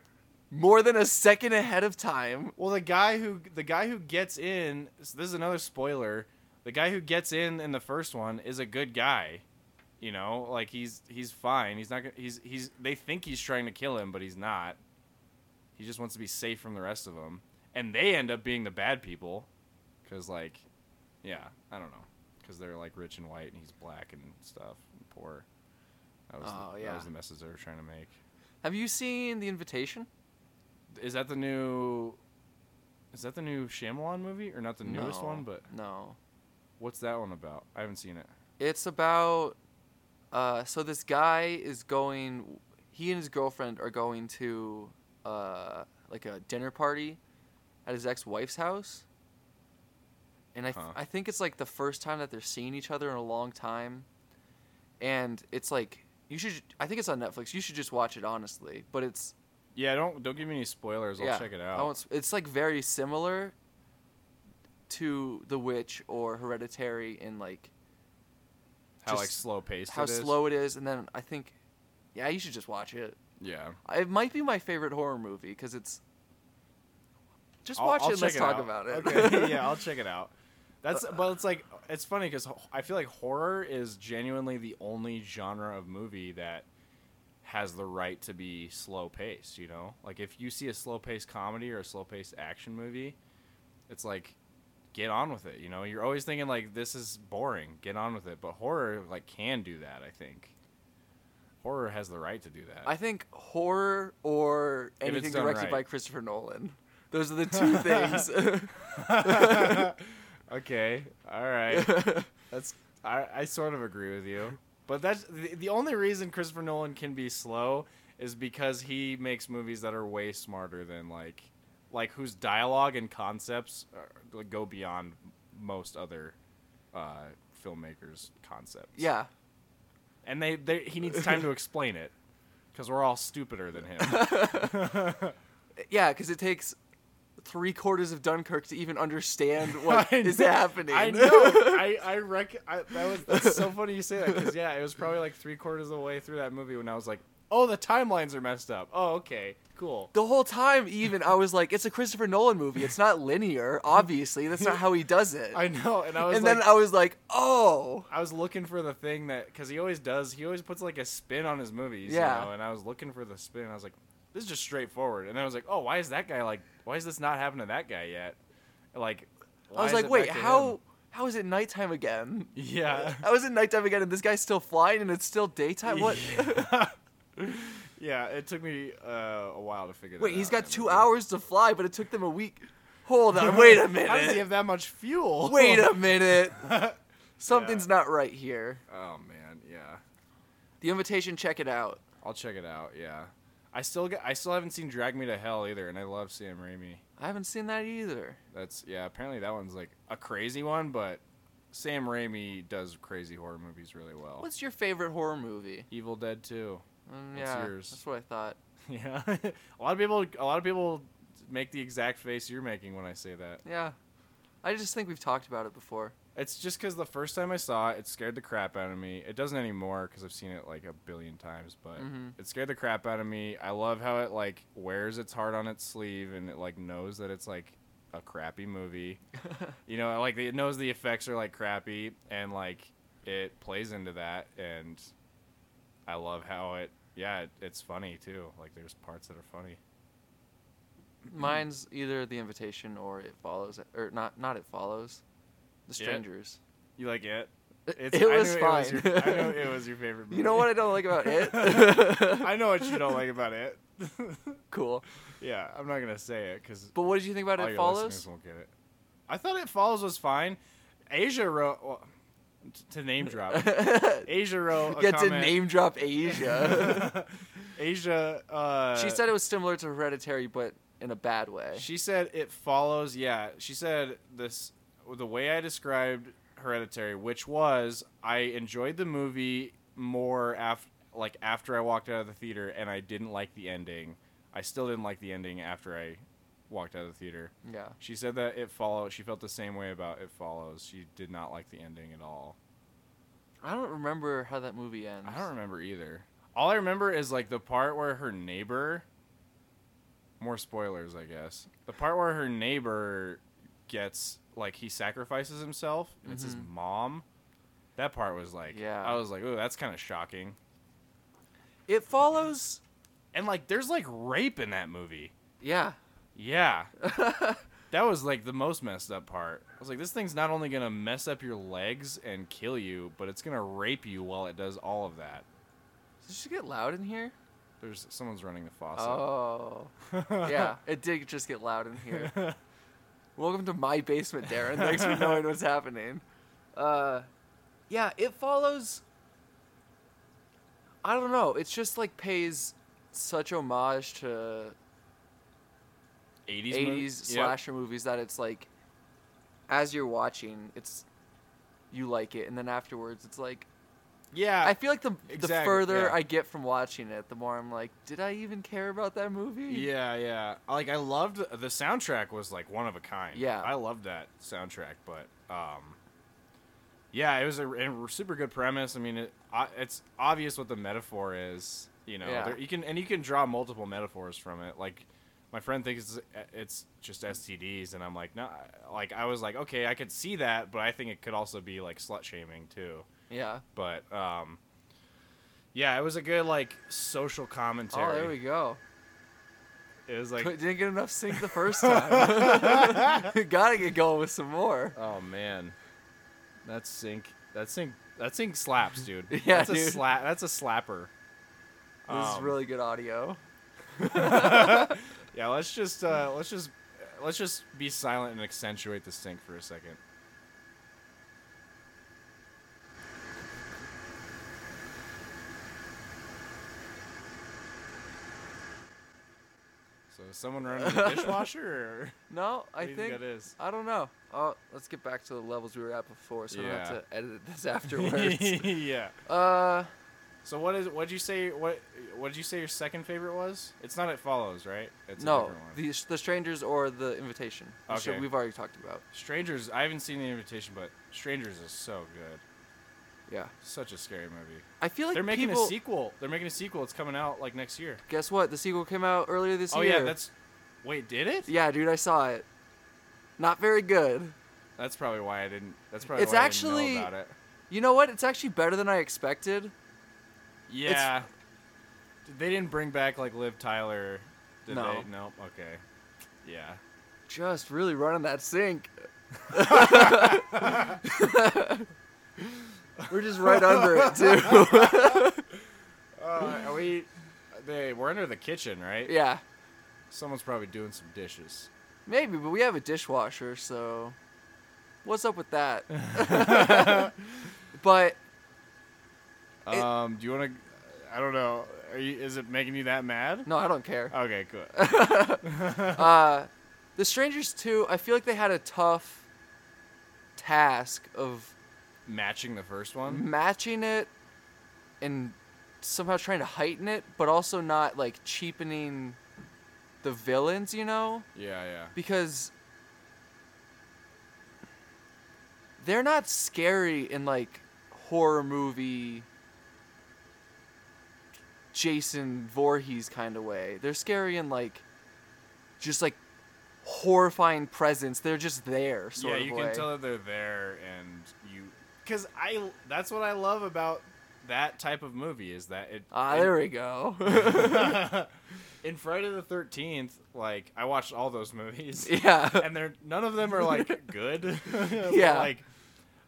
more than a second ahead of time. Well, the guy who the guy who gets in. so This is another spoiler. The guy who gets in in the first one is a good guy. You know, like he's he's fine. He's not. gonna- He's he's. They think he's trying to kill him, but he's not. He just wants to be safe from the rest of them, and they end up being the bad people, because like, yeah, I don't know, because they're like rich and white, and he's black and stuff, and poor. That was Oh, the, yeah. that was the message they were trying to make. Have you seen The Invitation? Is that the new? Is that the new Shyamalan movie or not the newest No. one? But no, what's that one about? I haven't seen it. it's about Uh, so this guy is going. He and his girlfriend are going to uh, like a dinner party at his ex-wife's house, and I th- Huh. I think it's like the first time that they're seeing each other in a long time, and it's like you should. I think it's on Netflix. You should just watch it honestly. But it's Yeah, don't don't give me any spoilers. I'll yeah, check it I out. won't, s- it's like very similar to The Witch or Hereditary in like How like just slow paced how it is. slow it is, and then I think, yeah, you should just watch it. Yeah. It might be my favorite horror movie because it's. Just I'll- watch I'll it. and Let's check talk out. about it. Uh, Okay, yeah, I'll check it out. That's but it's like it's funny because I feel like horror is genuinely the only genre of movie that has the right to be slow paced. You know, like if you see a slow paced comedy or a slow paced action movie, it's like get on with it. You know, you're always thinking like this is boring. Get on with it. But horror like can do that. I think horror has the right to do that. I think horror or it's anything done directed right. by Christopher Nolan. Those are the two things. okay, all right. That's I, I sort of agree with you, but that's the, the only reason Christopher Nolan can be slow is because he makes movies that are way smarter than like like whose dialogue and concepts are, like, go beyond most other uh, filmmakers' concepts. yeah. and they, they he needs time to explain it because we're all stupider than him. Yeah, because it takes three quarters of Dunkirk to even understand what I is know- happening. I know. I I rec. I, that was that's so funny you say that because yeah, it was probably like three quarters of the way through that movie when I was like, oh, the timelines are messed up. Oh, okay, cool. the whole time, even I was like, "It's a Christopher Nolan movie. It's not linear. Obviously, that's not how he does it." I know, and I was and like, then I was like, "Oh, I was looking for the thing that because he always does. He always puts like a spin on his movies. Yeah. You know? And I was looking for the spin. And I was like, this is just straightforward. And then I was like, oh, why is that guy like? Why is this not happening to that guy yet? Like, I why was is like, it wait, back to how him? how is it nighttime again? Yeah. I was in nighttime again, and this guy's still flying, and it's still daytime. What? yeah, it took me uh, a while to figure. that Wait, he's out, got that two movie. hours to fly, but it took them a week. Hold on, wait a How does he minute. have that much fuel? Wait a minute. Something's not right here. Oh man, yeah. The invitation, check it out. I'll check it out. Yeah, I still get. I still haven't seen Drag Me to Hell either, and I love Sam Raimi. I haven't seen that either. That's yeah. Apparently that one's like a crazy one, but Sam Raimi does crazy horror movies really well. What's your favorite horror movie? Evil Dead too. Mm, What's yeah, yours? that's what I thought. Yeah, a lot of people. A lot of people make the exact face you're making when I say that. Yeah, I just think we've talked about it before. It's just because the first time I saw it, it scared the crap out of me. It doesn't anymore because I've seen it like a billion times, but Mhm. it scared the crap out of me. I love how it like wears its heart on its sleeve and it like knows that it's like a crappy movie. you know, like it knows the effects are like crappy and like it plays into that. And I love how it, yeah, it, it's funny too. Like there's parts that are funny. Mm-hmm. Mine's either The Invitation or It Follows, or not not It Follows, The Yeah. Strangers. You like it? It- It's- it I was knew fine. your, I know it was your favorite movie. You know what I don't like about it? I know what you don't like about it. cool. yeah, I'm not gonna say it because But what did you think about all It your Follows? listeners won't get it. I thought it follows was fine. Asia wrote well, t- to name drop. Asia wrote a Get to comment- name drop Asia. Asia. Uh, she said it was similar to Hereditary, but in a bad way. She said it follows. Yeah, she said this. The way I described Hereditary, which was I enjoyed the movie more after, like after I walked out of the theater, and I didn't like the ending. I still didn't like the ending after I walked out of the theater. yeah. She said that it follows. She felt the same way about it follows. She did not like the ending at all. I don't remember how that movie ends. I don't remember either. All I remember is like the part where her neighbor. More spoilers, I guess. The part where her neighbor gets like he sacrifices himself, and it's his mom. That part was like, Yeah. I was like, oh, that's kind of shocking. It Follows. And like, there's like rape in that movie. Yeah. Yeah. that was like the most messed up part. I was like, this thing's not only gonna mess up your legs and kill you, but it's gonna rape you while it does all of that. Did she get loud in here? There's someone's running the faucet. Oh. yeah, it did just get loud in here. Welcome to my basement, Darren. Thanks for knowing what's happening. Uh, yeah, it follows. I don't know. It's just like pays such homage to 80s, 80s movies? Yep. slasher movies that it's like as you're watching, it's you like it and then afterwards it's like Yeah. I feel like the the Uh, exactly, further yeah. I get from watching it, the more I'm like, did I even care about that movie? Yeah, yeah. Like I loved the soundtrack was like one of a kind. Yeah. I loved that soundtrack, but um, yeah, it was a, a super good premise. I mean, it, I- it's obvious what the metaphor is. You know, Yeah. there, you can and you can draw multiple metaphors from it. Like my friend thinks it's, uh, it's just STDs, and I'm like, no. Like I was like, okay, I could see that, but I think it could also be like slut shaming too. Yeah. But um, yeah, it was a good like social commentary. Oh, there we go. It was like Couldn't- Didn't get enough sync the first time. Gotta get going with some more. Oh man, that's sync. That sync. That sync slaps, dude. Yeah, that's a dude. slap. That's a slapper. This is Um, really good audio. Yeah, let's just uh, let's just let's just be silent and accentuate the sync for a second. So is someone running the dishwasher? Or No, what I do you think that is. I don't know. Oh, let's get back to the levels we were at before, so I Yeah. don't have to edit this afterwards. yeah. uh, So what is what did you say what what did you say your second favorite was? It's not it follows, right? It's a no, different one. the the strangers or the invitation. The shit Okay. we've already talked about. Strangers, I haven't seen the invitation, but Strangers is so good. Yeah, Such a scary movie. I feel like They're making people, a sequel. They're making a sequel. It's coming out like next year. Guess what? The sequel came out earlier this oh year. yeah, that's Wait, did it? yeah, dude. I saw it. Not very good. That's probably why I didn't That's probably It's why I actually- didn't know about it. You know what? It's actually better than I expected. Yeah. they didn't bring back like Liv Tyler. Did No. they? No. Okay. Yeah. Just really running that sink. We're just right under it too. Uh, are we they we're under the kitchen, right? yeah, Someone's probably doing some dishes. maybe, but we have a dishwasher, so what's up with that? but It- Um, do you want to? I don't know. Are you, is it making you that mad? no, I don't care. Okay, cool. Uh, the Strangers too. I feel like they had a tough task of Matching the first Mm-hmm. one. matching it and somehow trying to heighten it, but also not like cheapening the villains, you know? Yeah, yeah. Because they're not scary in like horror movie Jason Voorhees kind of way. They're scary in like just like horrifying presence. They're just there sort yeah, of you way. can tell that they're there, and you, because I. That's what I love about that type of movie is that it. ah, it- there we go. in Friday the Thirteenth, like I watched all those movies. yeah. and they're none of them are like good. But, Yeah. Like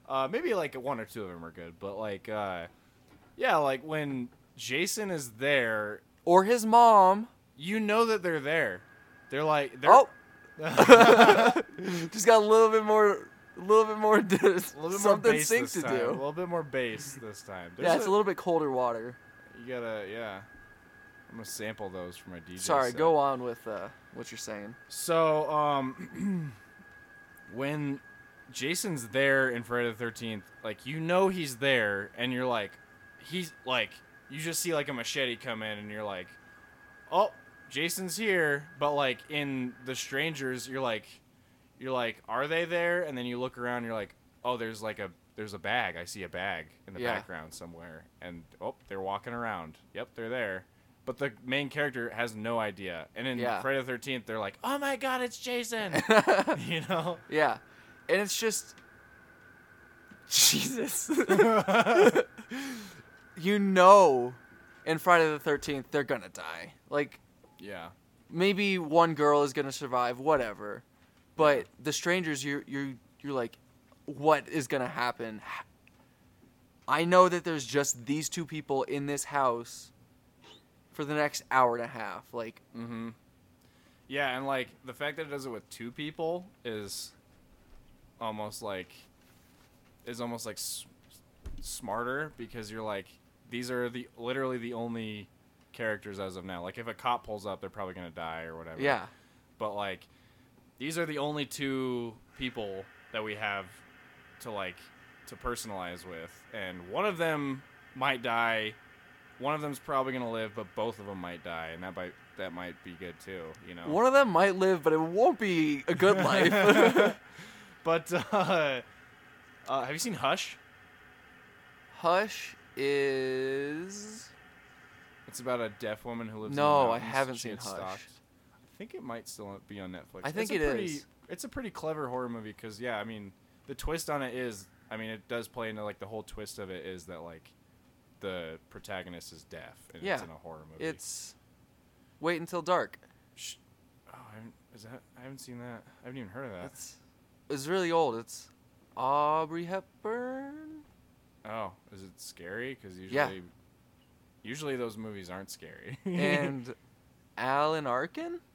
uh, maybe like one or two of them are good, but like uh, yeah, like when Jason is there, Or his mom. you know that they're there. They're like they're Oh. Just got a little bit more, a little bit more, d- a little bit something more bass sink this to time, A do. little bit more bass this time. Yeah, it's a little bit colder water. You gotta yeah. I'm gonna sample those for my DJ. Sorry, set. go on with uh, what you're saying. So, um, when Jason's there in Friday the Thirteenth, like you know he's there, and you're like, he's like, you just see like a machete come in, and you're like, oh, Jason's here. But like in The Strangers, you're like, you're like, are they there? And then you look around, you're like, oh, there's like a there's a bag. I see a bag in the Yeah. background somewhere, and oh, they're walking around. Yep, they're there. But the main character has no idea, and in Yeah. Friday the Thirteenth, they're like, "Oh my God, it's Jason!" you know, Yeah, and it's just Jesus. you know, in Friday the Thirteenth, they're gonna die. Like yeah, maybe one girl is gonna survive, whatever. But the strangers, you you you're like, what is gonna happen? H- I know that there's just these two people in this house for the next hour and a half. Like, yeah, and like the fact that it does it with two people is almost like is almost like s- smarter because you're like these are the literally the only characters as of now. Like if a cop pulls up, they're probably gonna die or whatever. Yeah. But like, these are the only two people that we have to like to personalize with, and one of them might die. One of them's probably gonna live, but both of them might die, and that might that might be good too. You know. One of them might live, but it won't be a good life. but uh, uh, have you seen Hush? Hush is It's about a deaf woman who lives. No, in the I mountains. haven't She seen gets Hush. I think it might still be on Netflix. I think it's a it pretty, is. It's a pretty clever horror movie because yeah, I mean, the twist on it is, I mean, it does play into like the whole twist of it is that like the protagonist is deaf and it's Yeah. in a horror movie. it's Wait Until Dark. Sh- oh, I haven't, is that I haven't seen that. I haven't even heard of that. It's it's really old. It's Aubrey Hepburn. oh, is it scary? Because usually, Yeah. usually those movies aren't scary. and Alan Arkin?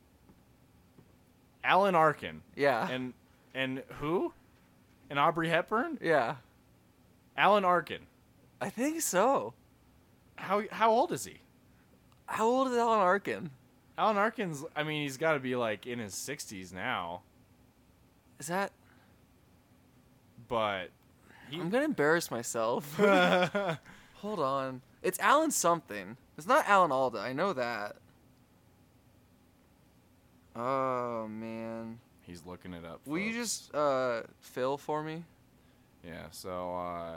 Alan Arkin Yeah. and and who? And Aubrey Hepburn. yeah. Alan Arkin. I think so. How how old is he? How old is Alan Arkin? Alan Arkin's. I mean, he's got to be like in his sixties now. Is that But he, I'm gonna embarrass myself. gonna. Hold on. It's Alan something. It's not Alan Alda. I know that. Oh man. he's looking it up. Will you folks. just uh fill for me? Yeah. So uh,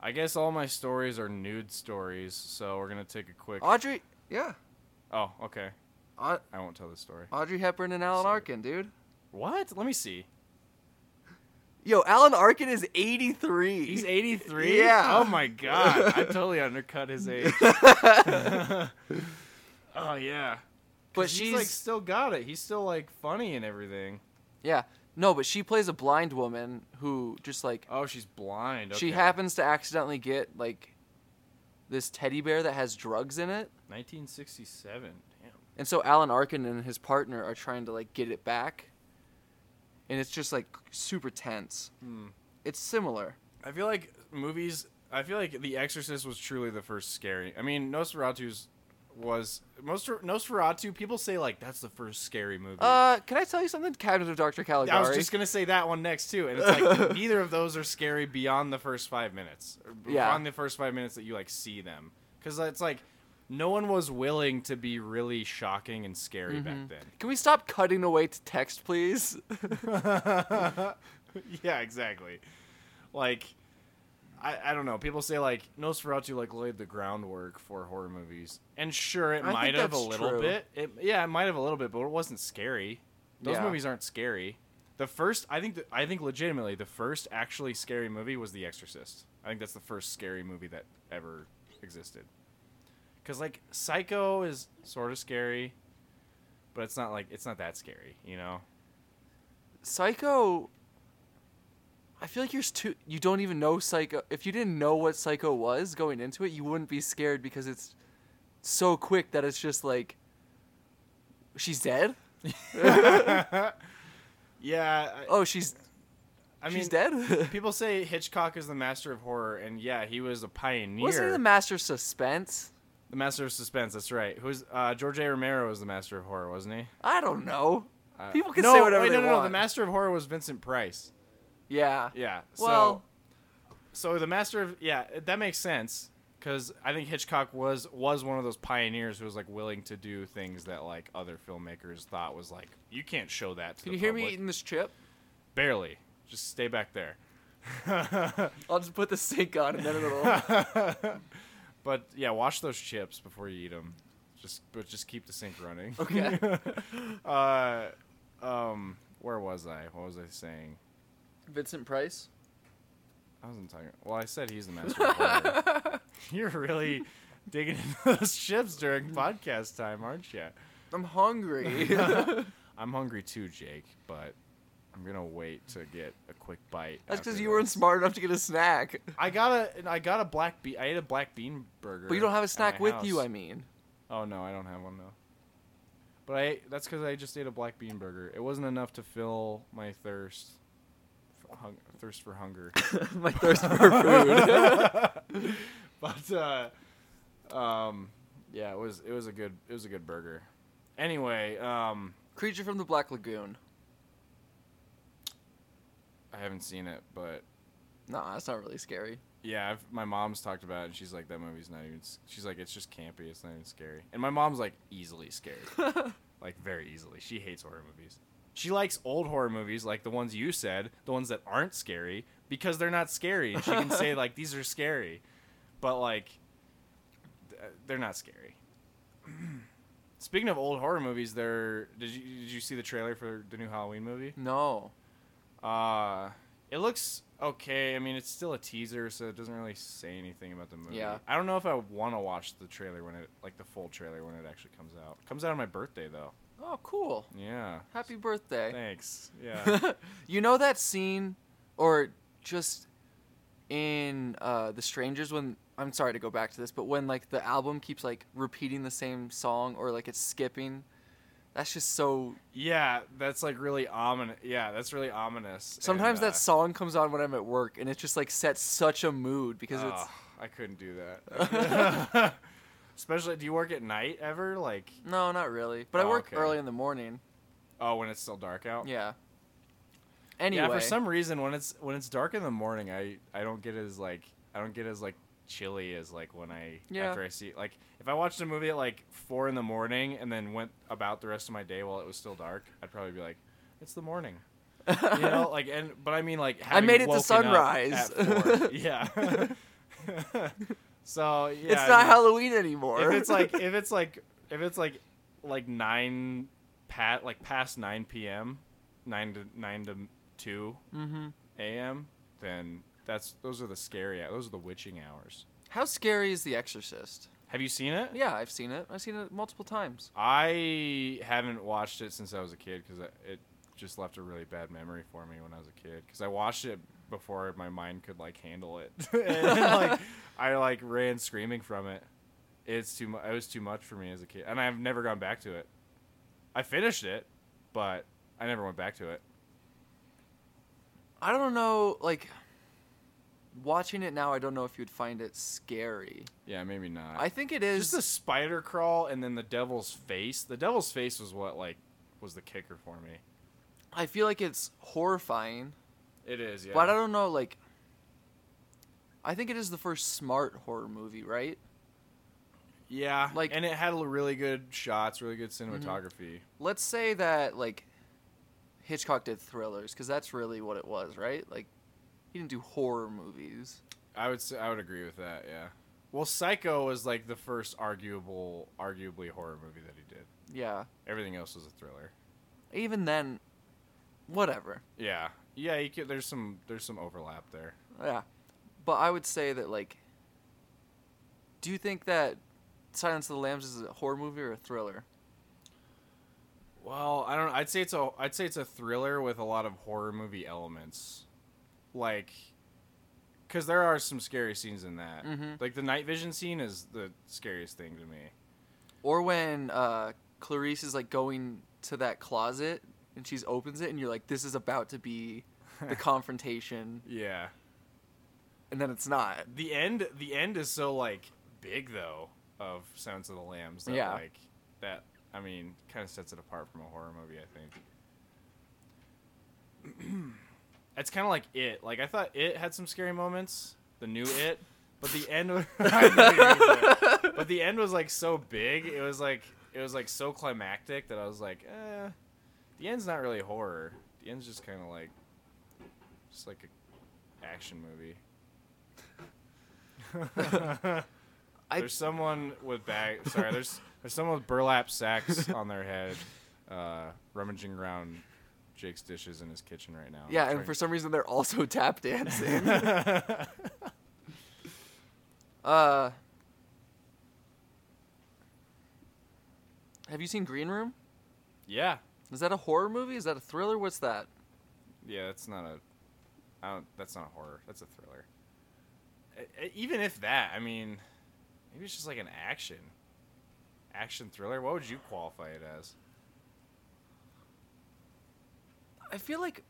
I guess all my stories are nude stories. So we're gonna take a quick. Audrey. Yeah. oh, okay. Au- I won't tell this story. Audrey Hepburn and Alan Sorry. Arkin, dude. What? Let me see. Yo, Alan Arkin is 83. He's eighty three. Yeah. Oh my god. I totally undercut his age. oh yeah. 'Cause But he's she's like still got it. He's still like funny and everything. yeah. No, but she plays a blind woman who just like Oh, she's blind. Okay. she happens to accidentally get like this teddy bear that has drugs in it. 1967. Damn. And so Alan Arkin and his partner are trying to like get it back. And it's just like super tense. Hmm. It's similar. I feel like movies. I feel like The Exorcist was truly the first scary. I mean, Nosferatu's was most Nosferatu. People say like that's the first scary movie. Uh, can I tell you something? Cabinet of Dr. Caligari. I was just gonna say that one next too, and it's like neither of those are scary beyond the first five minutes. or Yeah. Beyond the first five minutes that you like see them, because it's like no one was willing to be really shocking and scary back then. Can we stop cutting away to text, please? yeah, exactly. Like, I, I don't know. People say like Nosferatu like laid the groundwork for horror movies, and sure, it I think might have a that's little true. bit. It, yeah, it might have a little bit, but it wasn't scary. Those Yeah. movies aren't scary. The first, I think, the, I think legitimately, the first actually scary movie was The Exorcist. I think that's the first scary movie that ever existed. Cause like Psycho is sort of scary, but it's not like it's not that scary, you know. Psycho. I feel like you're too. You don't even know Psycho. If you didn't know what Psycho was going into it, you wouldn't be scared because it's so quick that it's just like. She's dead. Yeah, I, Oh, she's. I mean, she's dead. people say Hitchcock is the master of horror, and yeah, he was a pioneer. Wasn't he the master of suspense? The master of suspense. That's right. Who's uh, George A. Romero was the master of horror, wasn't he? I don't know. Uh, People can no, say whatever wait, they no, no, want. No, the master of horror was Vincent Price. yeah. Yeah. Well, so, so the master of yeah, that makes sense because I think Hitchcock was was one of those pioneers who was like willing to do things that like other filmmakers thought was like you can't show that. To can the you hear me public. eating this chip? Barely. Just stay back there. I'll just put the sink on and then it'll. But yeah, wash those chips before you eat them. Just but just keep the sink running. Okay. uh, um, where was I? What was I saying? Vincent Price. I wasn't talking. Well, I said he's the master. of horror. You're really digging into those chips during podcast time, aren't you? I'm hungry. I'm hungry too, Jake. But I'm gonna wait to get a quick bite. That's after because you this. weren't smart enough to get a snack. I got a. I got a black bean. I ate a black bean burger. But you don't have a at snack my with you, house. I mean. Oh no, I don't have one though. But I that's because I just ate a black bean burger. It wasn't enough to fill my thirst, for hung, thirst for hunger. My thirst for food. But uh, um, yeah, it was it was a good it was a good burger. Anyway, um, Creature from the Black Lagoon. I haven't seen it, but No, that's not really scary. yeah, I've, my mom's talked about it, and she's like, that movie's not even. s- She's like, it's just campy. It's not even scary. And my mom's like, easily scared, like very easily. She hates horror movies. She likes old horror movies, like the ones you said, the ones that aren't scary, because they're not scary. And she can say like, these are scary, but like, th- they're not scary. Speaking of old horror movies, there did you did you see the trailer for the new Halloween movie? No. Uh, it looks okay. I mean, it's still a teaser, so it doesn't really say anything about the movie. Yeah. I don't know if I want to watch the trailer when it, like the full trailer when it actually comes out. comes out on my birthday though. Oh, cool. Yeah. Happy birthday. Thanks. Yeah. you know that scene, or just in uh, The Strangers when I'm sorry to go back to this, but when like the album keeps like repeating the same song or like it's skipping, that's just so. yeah, that's like really ominous. Yeah, that's really ominous. and, Sometimes uh, that song comes on when I'm at work, and it just like sets such a mood because it's. uh, ugh, I couldn't do that. Especially, do you work at night ever? Like, No, not really. But I Oh, work okay. early in the morning. oh, when it's still dark out. Yeah. Anyway. Yeah, for some reason when it's when it's dark in the morning, I I don't get as like I don't get as like chilly as like when I Yeah. after I see like if I watched a movie at like four in the morning and then went about the rest of my day while it was still dark, I'd probably be like, it's the morning. You know, like and but I mean like having made it to woken up sunrise. at four. yeah. so yeah, it's I not mean, Halloween anymore. if it's like if it's like if it's like like nine pat like past nine p.m. nine to nine to two mm-hmm. a.m. Then that's those are the scary those are the witching hours. How scary is The Exorcist? Have you seen it? Yeah, I've seen it. I've seen it multiple times. I haven't watched it since I was a kid because it just left a really bad memory for me when I was a kid because I watched it before my mind could like handle it. and, like I like ran screaming from it. It's too much. It was too much for me as a kid, and I've never gone back to it. I finished it, but I never went back to it. I don't know, like watching it now. I don't know if you'd find it scary. Yeah, maybe not. I think it is. just the spider crawl and then the devil's face. The devil's face was what like was the kicker for me. I feel like it's horrifying, It is, yeah. but I don't know. Like, I think it is the first smart horror movie, right? yeah, like- like Mm-hmm. and it had really good shots, really good cinematography. Let's say that like Hitchcock did thrillers because that's really what it was, right? Like, he didn't do horror movies. I would say, I would agree with that. Yeah. Well, Psycho was like the first arguable, arguably horror movie that he did. Yeah. Everything else was a thriller. Even then, whatever. Yeah, yeah. You could, there's some there's some overlap there. Yeah. But I would say that like do you think that Silence of the Lambs is a horror movie or a thriller? Well, I don't. I'd say it's a. I'd say it's a thriller with a lot of horror movie elements, like, because there are some scary scenes in that. Mhm. Like the night vision scene is the scariest thing to me. Or when uh Clarice is like going to that closet and she's opens it and you're like this is about to be the confrontation Yeah. and then it's not. The end. The end is so like big though of Sounds of the Lambs. That, Yeah. Like that. I mean, kind of sets it apart from a horror movie. I think. it's kind of like it. Like I thought it had some scary moments. The new it. But the end, was- I knew you were gonna say it. but the end was like so big. It was like it was like so climactic that I was like, eh, the end's not really horror. The end's just kind of like, just like a action movie. I- there's someone with bag. Sorry, there's there's someone with burlap sacks on their head, uh, rummaging around Jake's dishes in his kitchen right now. yeah, and Trying- for some reason they're also tap dancing. uh Have you seen Green Room? yeah, Is that a horror movie? Is that a thriller? What's that? Yeah, that's not a. I don't, that's not a horror. That's a thriller. E- e- Even if that, I mean, maybe it's just like an action, action thriller. What would you qualify it as? I feel like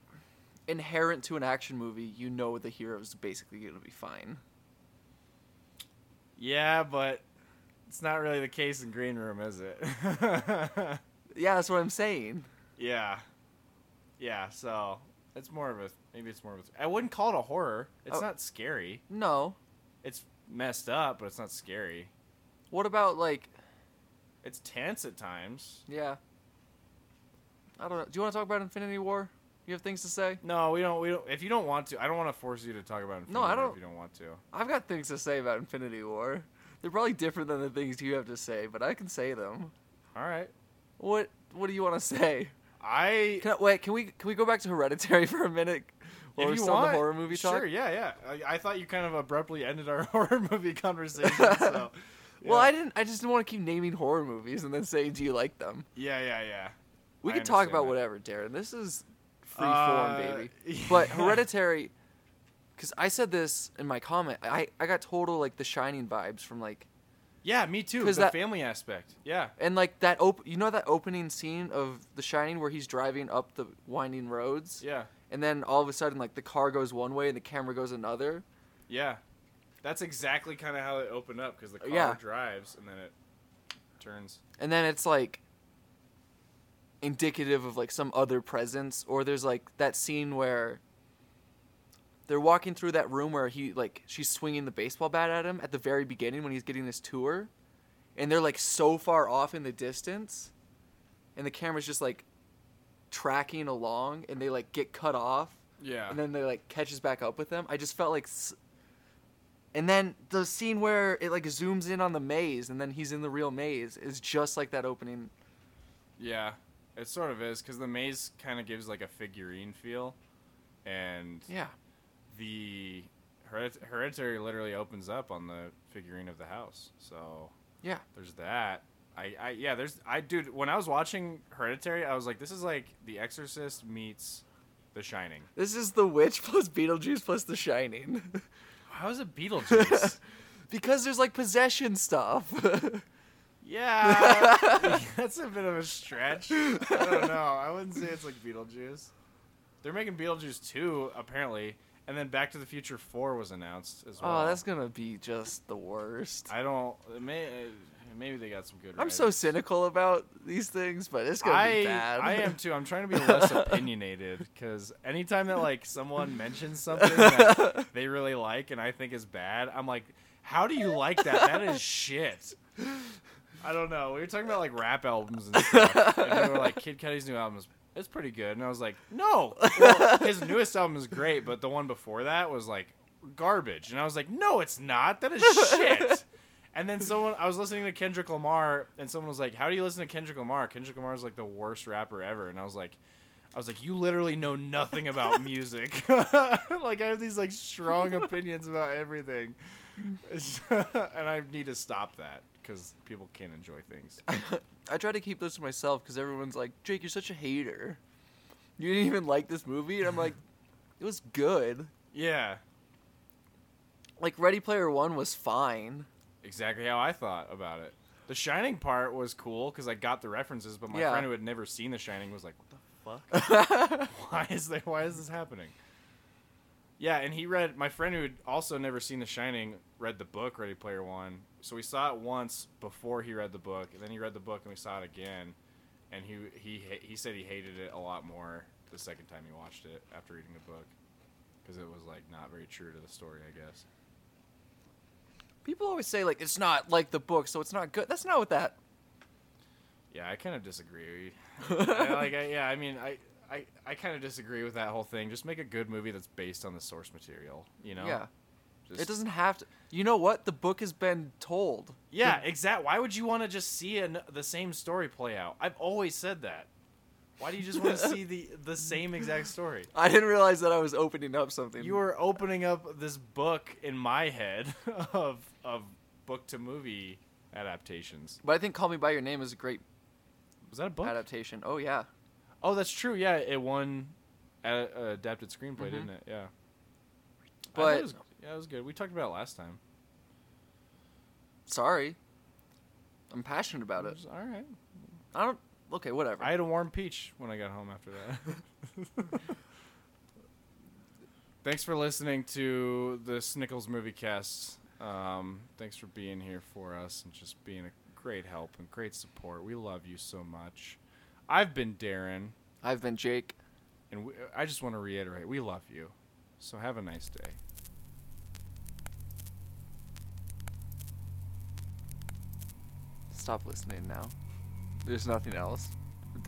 inherent to an action movie, you know the hero's basically going to be fine. Yeah, but it's not really the case in Green Room, is it? Yeah, that's what I'm saying. yeah. Yeah, so it's more of a maybe it's more of a I wouldn't call it a horror. It's Oh. not scary. No. It's messed up, but it's not scary. What about like It's tense at times. yeah? I don't know. Do you want to talk about Infinity War? You have things to say? No, we don't we don't if you don't want to. I don't want to force you to talk about Infinity No, I War don't- if you don't want to. I've got things to say about Infinity War. They're probably different than the things you have to say, but I can say them. All right. What What do you want to say? I Can I, wait, can we can we go back to Hereditary for a minute? While If we're you still on want, the horror movie talk. Sure, yeah, yeah. I, I thought you kind of abruptly ended our horror movie conversation. So, Well, yeah. I didn't. I just didn't want to keep naming horror movies and then saying, "Do you like them?" Yeah, yeah, yeah. We I can talk understand about that. whatever, Darren. This is free form, Uh, baby. yeah. But Hereditary, because I said this in my comment, I I got total like The Shining vibes from like Yeah, me too. 'Cause The that- family aspect. Yeah. and like that op- you know that opening scene of The Shining where he's driving up the winding roads, Yeah. and then all of a sudden like the car goes one way and the camera goes another. Yeah. That's exactly kind of how it opened up because the car Yeah. drives and then it turns. and then it's like indicative of like some other presence or there's like that scene where they're walking through that room where he like she's swinging the baseball bat at him at the very beginning when he's getting his tour and they're like so far off in the distance and the camera's just like tracking along and they like get cut off Yeah. and then they like catches back up with them. I just felt like, s- and then the scene where it like zooms in on the maze and then he's in the real maze is just like that opening. yeah. It sort of is because the maze kind of gives like a figurine feel. And Yeah, the heredit- hereditary literally opens up on the figurine of the house. So yeah, there's that. I, I yeah, there's I dude, when I was watching Hereditary, I was like, this is like The Exorcist meets The Shining. this is the witch plus Beetlejuice plus The Shining, How is it Beetlejuice? because there's like possession stuff. yeah. That's a bit of a stretch. I don't know. I wouldn't say it's like Beetlejuice. They're making Beetlejuice 2, apparently, and then Back to the Future 4 was announced as well. oh, that's gonna be just the worst. I don't it may uh, maybe they got some good I'm so writers. cynical about these things, but it's gonna I, be bad. I am too. I'm trying to be less opinionated because anytime that like someone mentions something that they really like and I think is bad, I'm like, how do you like that? That is shit. I don't know. We were talking about like rap albums and stuff, and we were like, Kid Cudi's new album is it's pretty good, and I was like, no, well, his newest album is great, but the one before that was like garbage, and I was like, no, it's not. That is shit. And then someone, I was listening to Kendrick Lamar, and someone was like, "How do you listen to Kendrick Lamar? Kendrick Lamar is like the worst rapper ever." And I was like, "I was like, you literally know nothing about music. like I have these like strong opinions about everything, and I need to stop that because people can't enjoy things." I try to keep this to myself because everyone's like, Jake, you're such a hater. You didn't even like this movie, and I'm like, it was good. Yeah, Like Ready Player One was fine. exactly how I thought about it. The Shining part was cool because I got the references, but my Yeah. friend who had never seen The Shining was like, "What the why is there why is this happening yeah and he read my friend who had also never seen the shining read the book ready player one so we saw it once before he read the book and then he read the book and we saw it again and he he ha- he said he hated it a lot more the second time he watched it after reading the book because it was like not very true to the story i guess People always say like it's not like the book, so it's not good. That's not what that. Yeah, I kind of disagree. I, like, I, yeah, I mean, I, I, I kind of disagree with that whole thing. Just make a good movie that's based on the source material. You know? Yeah, Just, it doesn't have to. You know what? The book has been told. Yeah, exact. Why would you want to just see an, the same story play out? I've always said that. Why do you just want to see the the same exact story? I didn't realize that I was opening up something. You are opening up this book in my head of of book to movie adaptations. but I think Call Me by Your Name is a great Was that a book? adaptation. Oh yeah, Oh, that's true. Yeah, it won a- uh, adapted screenplay, Mhm. didn't it? Yeah. I thought But- it was, yeah, it was good. We talked about it last time. sorry. I'm passionate about It it. was all right. I don't. Okay, whatever. I had a warm peach when I got home after that. Thanks for listening to the Snickles Movie Cast. Um, thanks for being here for us and just being a great help and great support. We love you so much. I've been Darren, I've been Jake. and we, I just want to reiterate we love you. So have a nice day. Stop listening now. There's nothing else.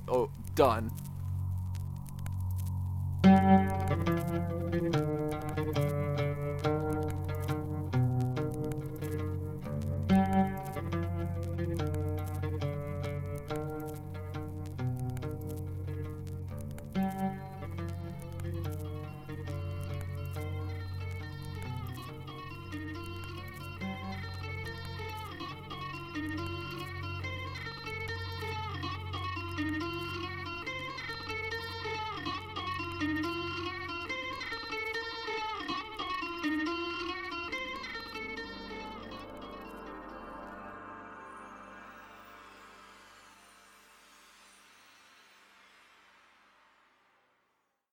Oh, done.